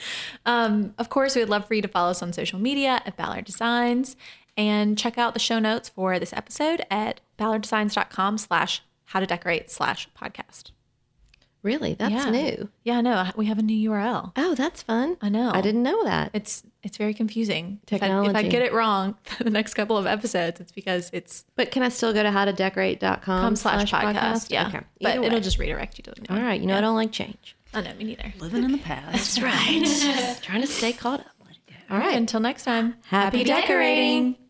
Speaker 1: Um, of course, we would love for you to follow us on social media at Ballard Designs and check out the show notes for this episode at ballarddesigns.com slash how to decorate slash podcast.
Speaker 3: really? That's
Speaker 1: Yeah.
Speaker 3: new.
Speaker 1: Yeah, I know. We have a new URL.
Speaker 3: Oh, that's fun.
Speaker 1: I know.
Speaker 3: I didn't know that.
Speaker 1: It's it's very confusing. If I- If I,
Speaker 3: Technology.
Speaker 1: get it wrong the next couple of episodes, it's because it's
Speaker 3: But can I still go to howtodecorate.com
Speaker 1: com slash podcast. Yeah,
Speaker 3: Um, Okay.
Speaker 1: but
Speaker 3: Either way.
Speaker 1: it'll just redirect you to the new
Speaker 3: All
Speaker 1: one.
Speaker 3: right. You know, I don't like change.
Speaker 1: I know me neither.
Speaker 5: Living in the past.
Speaker 3: Right. Trying to stay caught up.
Speaker 1: All right. Until next time.
Speaker 3: Happy decorating.